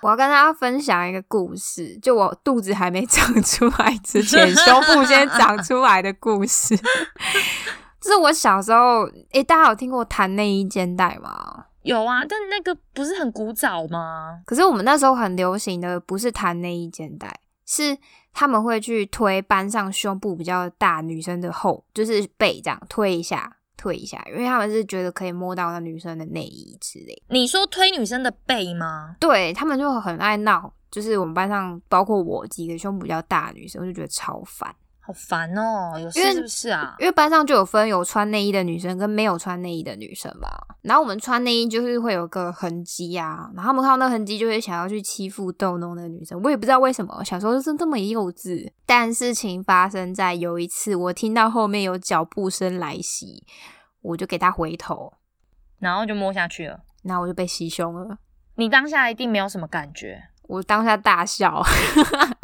A: 我要跟大家分享一个故事，就我肚子还没长出来之前，胸部先长出来的故事。 这是我小时候，诶、大家有听过弹内衣肩带吗？
B: 有啊，但那个不是很古早吗？
A: 可是我们那时候很流行的不是弹内衣肩带，是他们会去推班上胸部比较大女生的后，就是背这样推一下，推一下，因为他们是觉得可以摸到那女生的内衣之类的。
B: 你说推女生的背吗？
A: 对他们就很爱闹，就是我们班上包括我几个胸部比较大的女生，我就觉得超烦，
B: 好烦哦，有事
A: 因为
B: 是不是啊？
A: 因为班上就有分有穿内衣的女生跟没有穿内衣的女生嘛。然后我们穿内衣就是会有个痕迹啊，然后他们看到那痕迹就会想要去欺负逗弄那个女生。我也不知道为什么，小时候就是这么幼稚。但事情发生在有一次，我听到后面有脚步声来袭，我就给他回头，
B: 然后就摸下去了。
A: 然后我就被袭胸了。
B: 你当下一定没有什么感觉，
A: 我当下大笑，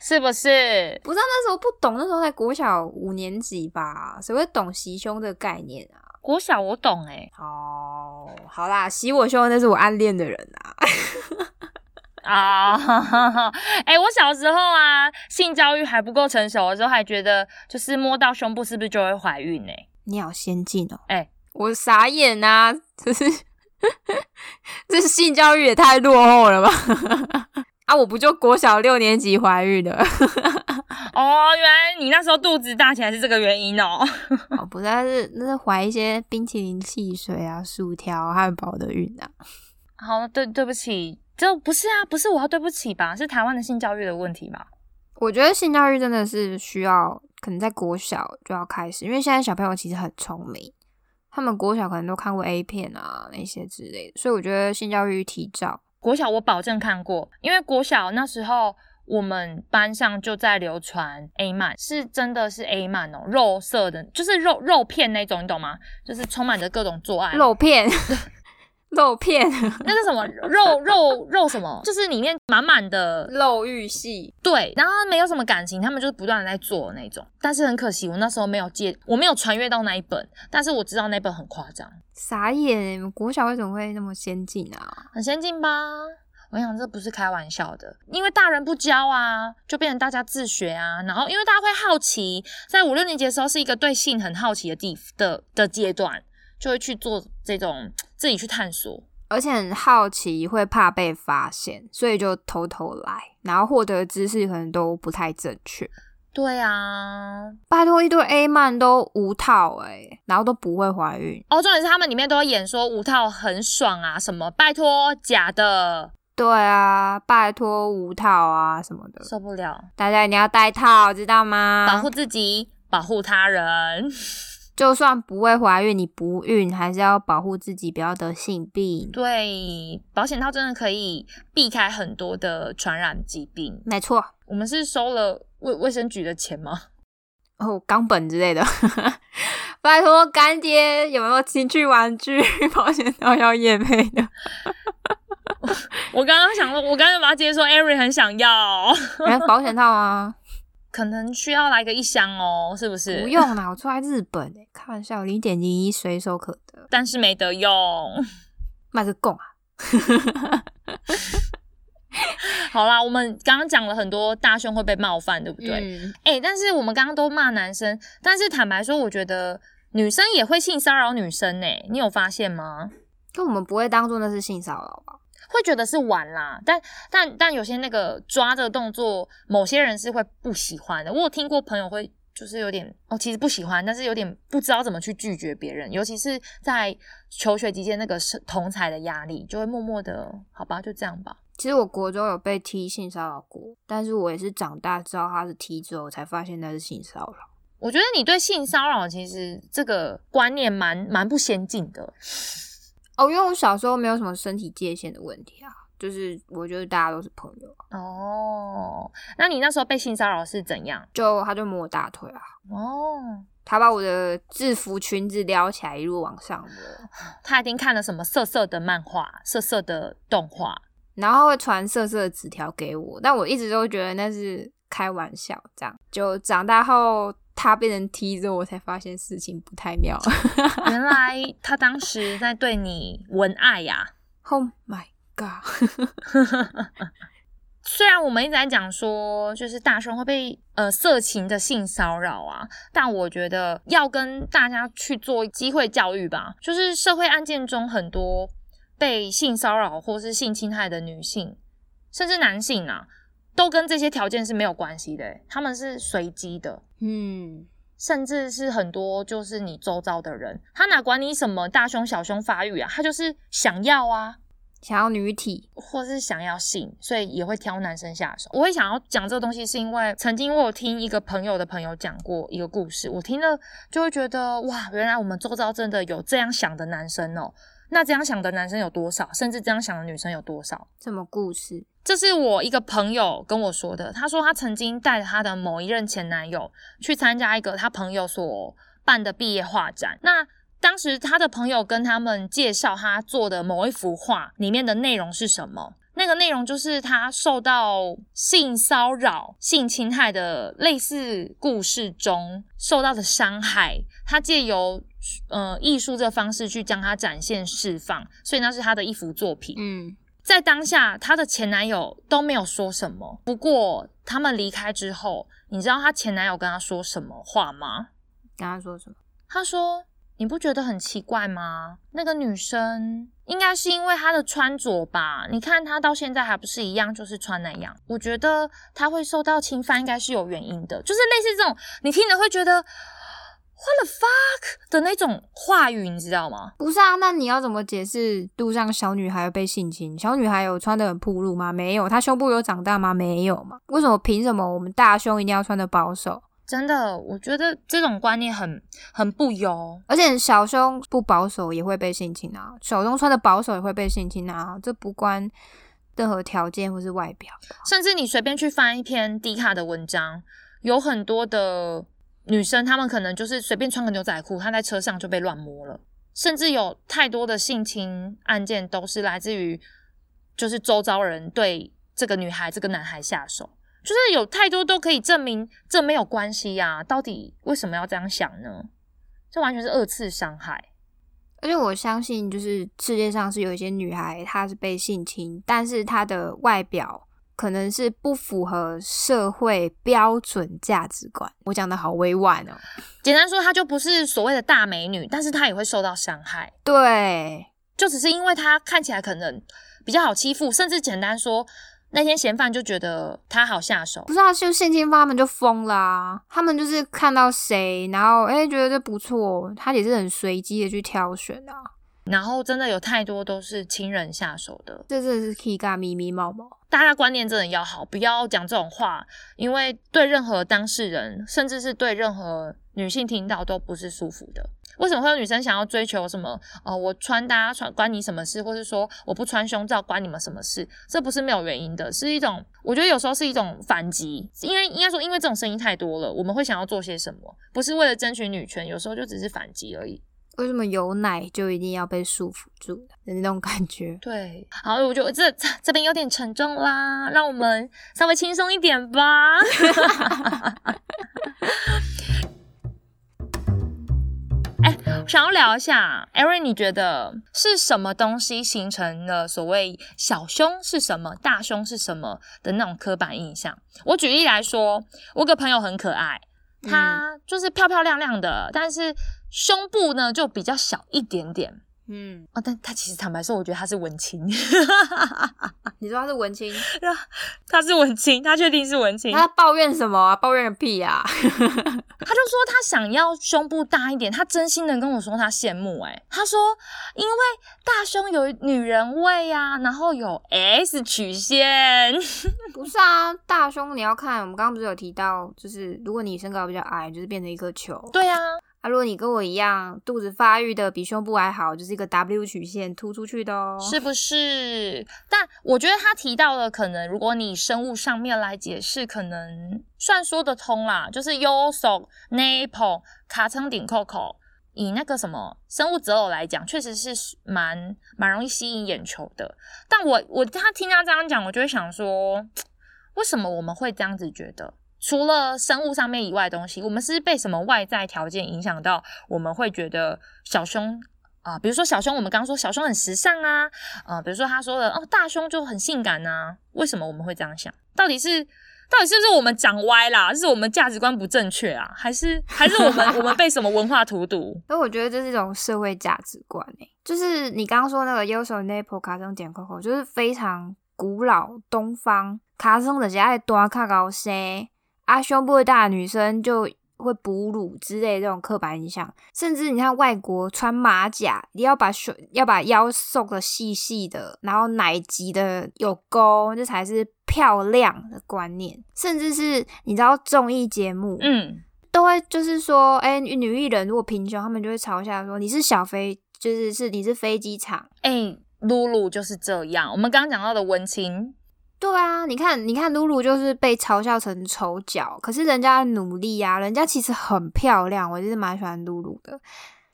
B: 是不是？
A: 不知道那时候不懂，那时候才国小五年级吧，谁会懂袭胸的概念啊？
B: 国小我懂哎、
A: 哦，好啦，袭我胸的那是我暗恋的人啊。
B: 啊，哎、我小时候啊，性教育还不够成熟的时候，还觉得就是摸到胸部是不是就会怀孕呢、
A: 你好先进哦！
B: 哎
A: 我傻眼啊！这是这是性教育也太落后了吧？ 啊，我不就国小六年级怀孕 的？
B: 哦，原来你那时候肚子大起来是这个原因哦。
A: 哦，不是，那是那是怀一些冰淇淋、汽水啊、薯条啊、汉堡的孕啊。
B: 好，对对不起，这不是啊，不是我要对不起吧？是台湾的性教育的问题吧？
A: 我觉得性教育真的是需要，可能在国小就要开始，因为现在小朋友其实很聪明，他们国小可能都看过 A 片啊那些之类的，所以我觉得性教育提早。
B: 国小我保证看过，因为国小那时候我们班上就在流传 A 漫，是真的是 A 漫哦，肉色的，就是肉肉片那种，你懂吗？就是充满着各种做爱，
A: 肉片， 肉片，
B: 那个什么肉肉肉什么，就是里面满满的
A: 肉欲系。
B: 对，然后没有什么感情，他们就是不断的在做那种。但是很可惜，我那时候没有借，我没有传阅到那一本，但是我知道那本很夸张，
A: 傻眼欸，你们国小为什么会那么先进啊？
B: 很先进吧。我想这不是开玩笑的，因为大人不教啊，就变成大家自学啊。然后因为大家会好奇，在五六年级的时候是一个对性很好奇的地的的阶段，就会去做这种自己去探索。
A: 而且很好奇，会怕被发现，所以就偷偷来，然后获得的知识可能都不太正确。
B: 对啊，
A: 拜托，一堆 A 漫都无套哎、然后都不会怀孕。
B: 哦，重点是他们里面都会演说无套很爽啊，什么拜托假的
A: 对啊，拜托无套啊什么的，
B: 受不了，
A: 啊大家一定要戴套，知道吗？
B: 保护自己，保护他人。
A: 就算不会怀孕，你不孕还是要保护自己，不要得性病。
B: 对，保险套真的可以避开很多的传染疾病。
A: 没错，
B: 我们是收了卫卫生局的钱吗？
A: 哦，冈本之类的，拜托干爹有没有情趣玩具 保险套要验配的？
B: 我刚刚想说，我刚刚把它接说 e r i 很想要，
A: 哎，保险套啊，
B: 可能需要来个一箱哦，是不是？
A: 不，用啦，我住在日本诶、开玩笑，零点零一随手可得，
B: 但是没得用，
A: 卖个供啊！
B: 好啦，我们刚刚讲了很多大胸会被冒犯，对不对？哎、
A: 嗯，
B: 但是我们刚刚都骂男生，但是坦白说，我觉得女生也会性骚扰女生呢、你有发现吗？
A: 就我们不会当做那是性骚扰吧？
B: 会觉得是玩啦，但但但有些那个抓这个动作，某些人是会不喜欢的。我有听过朋友会就是有点哦，其实不喜欢，但是有点不知道怎么去拒绝别人，尤其是在求学期间那个是同才的压力，就会默默的好吧，就这样吧。
A: 其实我国中有被踢性骚扰过，但是我也是长大知道他是踢之后，我才发现那是性骚扰。
B: 我觉得你对性骚扰其实这个观念蛮蛮不先进的，
A: 哦，因为我小时候没有什么身体界限的问题啊，就是我觉得大家都是朋友啊，
B: 哦，那你那时候被性骚扰是怎样？
A: 就他就摸我大腿啊，
B: 哦，
A: 他把我的制服裙子撩起来，一路往上摸，
B: 他一定看了什么色色的漫画、色色的动画，
A: 然后他会传色色的纸条给我，但我一直都觉得那是开玩笑，这样就长大后。他变成 T 之后，我才发现事情不太妙。
B: 原来他当时在对你文爱啊呀、
A: oh my god！
B: 虽然我们一直在讲说，就是大胸会被呃色情的性骚扰啊，但我觉得要跟大家去做机会教育吧。就是社会案件中很多被性骚扰或是性侵害的女性，甚至男性啊，都跟这些条件是没有关系的欸、他们是随机的。
A: 嗯，
B: 甚至是很多就是你周遭的人，他哪管你什么大胸小胸发育啊，他就是想要啊，
A: 想要女体，
B: 或是想要性，所以也会挑男生下手。我会想要讲这个东西，是因为曾经我有听一个朋友的朋友讲过一个故事，我听了就会觉得哇，原来我们周遭真的有这样想的男生哦。那这样想的男生有多少？甚至这样想的女生有多少？
A: 什么故事？
B: 这是我一个朋友跟我说的，他说他曾经带着他的某一任前男友去参加一个他朋友所办的毕业画展。那当时他的朋友跟他们介绍他做的某一幅画里面的内容是什么。那个内容就是他受到性骚扰、性侵害的类似故事中受到的伤害，他借由呃艺术这方式去将它展现释放，所以那是他的一幅作品。
A: 嗯，
B: 在当下，她的前男友都没有说什么。不过他们离开之后，你知道她前男友跟她说什么话吗？
A: 刚刚说什么？
B: 他说：“你不觉得很奇怪吗？那个女生应该是因为她的穿着吧？你看她到现在还不是一样，就是穿那样。我觉得她会受到侵犯，应该是有原因的。就是类似这种，你听了会觉得 what the fuck 的那种话语，你知道吗？
A: 不是啊，那你要怎么解释路上小女孩被性侵？小女孩有穿的很暴露吗？没有。她胸部有长大吗？没有嘛。为什么？凭什么我们大胸一定要穿的保守？
B: 真的，我觉得这种观念很很不优。”
A: 而且小胸不保守也会被性侵啊，小胸穿的保守也会被性侵啊，这不关任何条件或是外表。
B: 甚至你随便去翻一篇迪卡的文章，有很多的女生，她们可能就是随便穿个牛仔裤，她在车上就被乱摸了。甚至有太多的性侵案件都是来自于，就是周遭人对这个女孩、这个男孩下手，就是有太多都可以证明这没有关系呀、到底为什么要这样想呢？这完全是二次伤害。
A: 而且我相信，就是世界上是有一些女孩，她是被性侵，但是她的外表可能是不符合社会标准价值观。我讲的好委婉哦。
B: 简单说，她就不是所谓的大美女，但是她也会受到伤害。
A: 对，
B: 就只是因为他看起来可能比较好欺负，甚至简单说，那天嫌犯就觉得他好下手
A: 不。知道就性侵犯，他们就疯啦、他们就是看到谁，然后哎、诶觉得这不错，他也是很随机的去挑选啊。
B: 然后真的有太多都是亲人下手的，
A: 这真的是 Kiga 咪咪毛毛。
B: 大家观念真的要好，不要讲这种话，因为对任何当事人，甚至是对任何女性听到都不是舒服的。为什么会有女生想要追求什么？呃，我穿搭穿关你什么事，或是说我不穿胸罩关你们什么事？这不是没有原因的，是一种我觉得有时候是一种反击，因为应该说因为这种声音太多了，我们会想要做些什么，不是为了争取女权，有时候就只是反击而已。
A: 为什么有奶就一定要被束缚住的那种感觉？
B: 对，好，我觉得这这这边有点沉重啦，让我们稍微轻松一点吧。哎、想要聊一下，Aaron，你觉得是什么东西形成了所谓小胸是什么、大胸是什么的那种刻板印象？我举例来说，我有个朋友很可爱，她就是漂漂亮亮的，但是胸部呢就比较小一点点。
A: 嗯，
B: 哦，但他其实坦白说，我觉得他是文青，
A: 啊你说他是文 青，
B: 他是文青，他确定是文青。
A: 他抱怨什么啊？抱怨个屁啊！
B: 他就说他想要胸部大一点，他真心的跟我说他羡慕、欸。他说因为大胸有女人味啊，然后有 S 曲线，
A: 不是啊，大胸你要看，我们刚刚不是有提到，就是如果你身高比较矮，就是变成一颗球
B: 对啊，
A: 啊；如果你跟我一样，肚子发育的比胸部还好，就是一个 W 曲线突出去的哦。
B: 是不是？但我觉得他提到了，可能如果你生物上面来解释，可能算说得通啦，就是右手 nape 卡层顶扣扣。以那个什么生物择偶来讲，确实是蛮蛮容易吸引眼球的。但我我他听他这样讲，我就会想说，为什么我们会这样子觉得？除了生物上面以外的东西，我们是被什么外在条件影响到，我们会觉得小胸啊、比如说小胸，我们刚刚说小胸很时尚啊，啊，比如说他说的哦，大胸就很性感呐、为什么我们会这样想？到底是到底是不是我们长歪啦？是我们价值观不正确啊？还是还是我们我们被什么文化荼毒？
A: 所以我觉得这是一种社会价值观诶、就是你刚刚说那个右手 nipple 卡通点扣扣，就是非常古老东方卡通的，是爱多卡高些啊，胸部大的女生就会哺乳之类的这种刻板印象，甚至你看外国穿马甲，你要把胸要把腰瘦的细细的，然后奶挤的有沟，这才是漂亮的观念，甚至是你知道综艺节目，
B: 嗯，
A: 都会就是说，哎、女艺人如果平胸，他们就会嘲笑说你是小飞，就是是你是飞机场。
B: 哎、露露就是这样。我们刚刚讲到的文青，
A: 对啊，你看，你看，露露就是被嘲笑成丑角，可是人家的努力啊，人家其实很漂亮，我就是蛮喜欢露露的。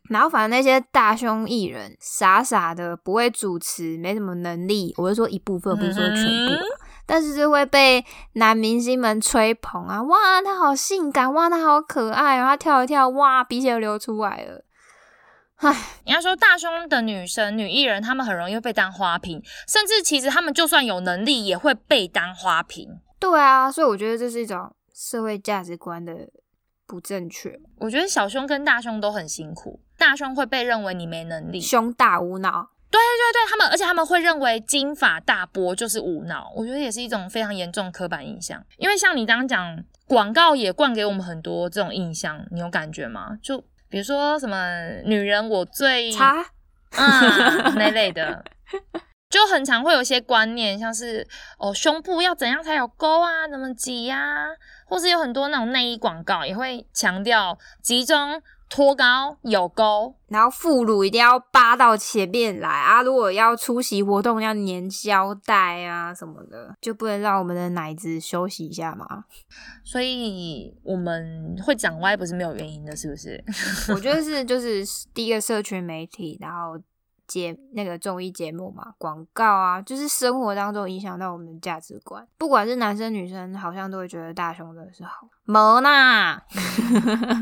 A: 然后反正那些大胸艺人傻傻的，不会主持，没什么能力，我是说一部分，不是说全部啊、但是就会被男明星们吹捧啊，哇，她好性感，哇，她好可爱哦，她跳一跳，哇，鼻血都流出来了。
B: 人家说大胸的女生、女艺人，她们很容易被当花瓶，甚至其实她们就算有能力，也会被当花瓶。
A: 对啊，所以我觉得这是一种社会价值观的不正确，
B: 我觉得小胸跟大胸都很辛苦，大胸会被认为你没能力，
A: 胸大无脑。
B: 啊对对，他们，而且他们会认为金发大波就是无脑，我觉得也是一种非常严重的刻板印象。因为像你刚刚讲，广告也灌给我们很多这种印象，你有感觉吗？就比如说什么女人我最
A: 差，
B: 啊那类的，就很常会有一些观念，像是哦胸部要怎样才有沟啊，怎么挤呀、或是有很多那种内衣广告也会强调集中脱高有沟，
A: 然后副乳一定要扒到前面来啊！如果要出席活动，要粘胶带啊什么的，就不能让我们的奶子休息一下吗？
B: 所以我们会长歪不是没有原因的，是不是？
A: 我觉得是就是第一个社群媒体，然后节那个综艺节目嘛，广告啊，就是生活当中影响到我们的价值观，不管是男生女生，好像都会觉得大胸真的是好。没啦，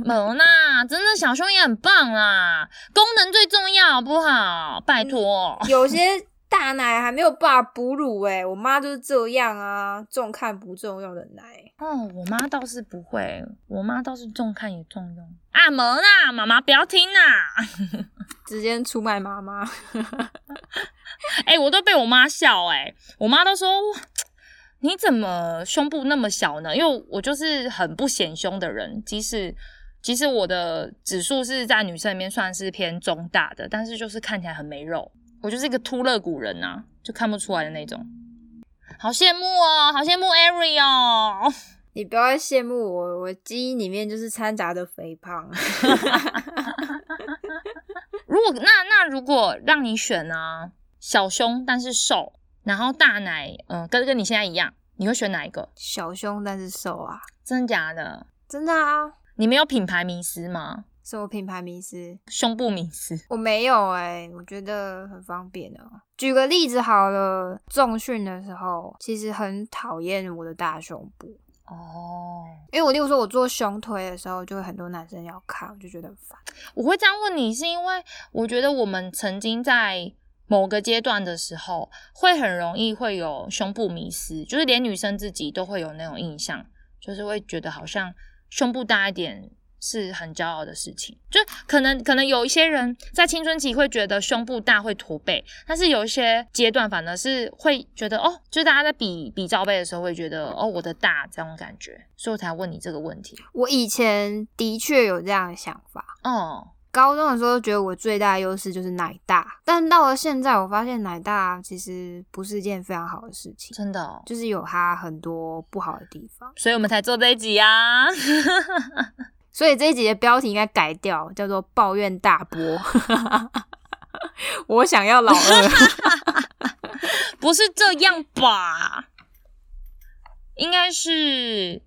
B: 某娜真的小胸也很棒啦，功能最重要，好不好？拜托。
A: 有些大奶还没有办法哺乳哎、我妈就是这样啊，重看不重用的奶。
B: 哦，我妈倒是不会，我妈倒是重看也重用啊。某娜，妈妈不要听啦。
A: 直接出卖妈妈，
B: 哎、我都被我妈笑哎、我妈都说哇你怎么胸部那么小呢？因为我就是很不显胸的人，即使即使我的指数是在女生里面算是偏中大的，但是就是看起来很没肉，我就是一个秃肋骨人呐、就看不出来的那种。好羡慕哦，好羡慕 Ari 哦。
A: 你不要再羡慕我，我基因里面就是掺杂着肥胖。
B: 如果那那如果让你选呢、小胸但是瘦，然后大奶，嗯、跟跟你现在一样，你会选哪一个？
A: 小胸但是瘦啊，
B: 真的假的？
A: 真的啊，
B: 你没有品牌迷思吗？
A: 是我品牌迷失。
B: 胸部迷思？
A: 我没有哎、我觉得很方便哦、举个例子好了，重训的时候其实很讨厌我的大胸部，
B: 哦，
A: 因为我例如说我做胸推的时候，就会很多男生要看，我就觉得很烦。
B: 我会这样问你，是因为我觉得我们曾经在某个阶段的时候，会很容易会有胸部迷失，就是连女生自己都会有那种印象，就是会觉得好像胸部大一点是很骄傲的事情。就可能可能有一些人在青春期会觉得胸部大会驼背，但是有一些阶段反而是会觉得哦，就是大家在比比罩杯的时候会觉得哦我的大这种感觉，所以我才问你这个问题。
A: 我以前的确有这样的想法，
B: 哦，
A: 高中的时候觉得我最大的优势就是奶大，但到了现在，我发现奶大其实不是一件非常好的事情，
B: 真的哦。
A: 就是有它很多不好的地方。
B: 所以我们才做这一集啊。
A: 所以这一集的标题应该改掉，叫做“抱怨大波”。 我想要老 二，
B: 不是这样吧？应该是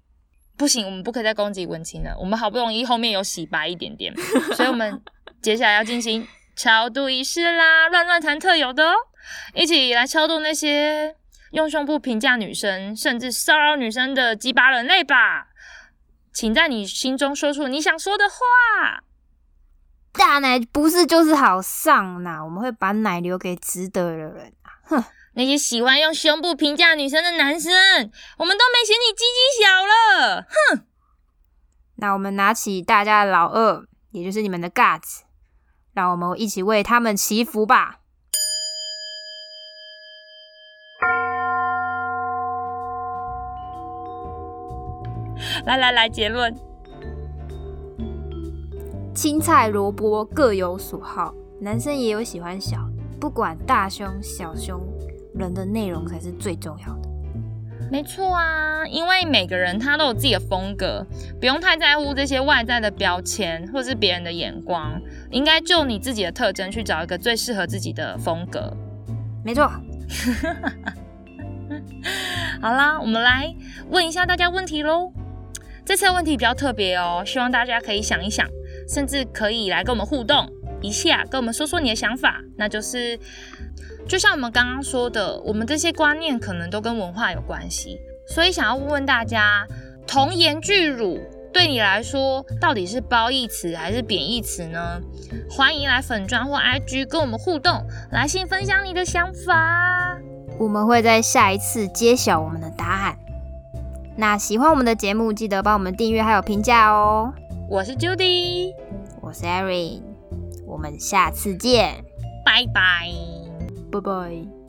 B: 不行，我们不可以再攻击文青了。我们好不容易后面有洗白一点点，所以我们接下来要进行超度仪式啦，乱乱谈特有的哦，一起来超度那些用胸部评价女生，甚至骚扰女生的鸡巴人类吧。请在你心中说出你想说的话。
A: 大奶不是就是好上呐、我们会把奶留给值得的人。
B: 那些喜欢用胸部评价女生的男生，我们都没嫌你鸡鸡小了。
A: 那我们拿起大家的老二，也就是你们的 guts，让我们一起为他们祈福吧。
B: 来来来，结论。
A: 青菜萝卜各有所好，男生也有喜欢小的，不管大胸小胸，人的内容才是最重要的。
B: 没错啊，因为每个人他都有自己的风格，不用太在乎这些外在的标签或是别人的眼光，应该就你自己的特征去找一个最适合自己的风格。
A: 没错，
B: 好啦，我们来问一下大家问题喽。这次的问题比较特别哦，希望大家可以想一想，甚至可以来跟我们互动一下，跟我们说说你的想法。那就是，就像我们刚刚说的，我们这些观念可能都跟文化有关系，所以想要问问大家，童颜巨乳对你来说到底是褒义词还是贬义词呢？欢迎来粉砖或 IG 跟我们互动，来信分享你的想法。
A: 我们会在下一次揭晓我们的答案。那喜欢我们的节目，记得帮我们订阅还有评价哦。
B: 我是 Judy。
A: 我是 Erin，我们下次见，
B: 拜拜。
A: 拜拜。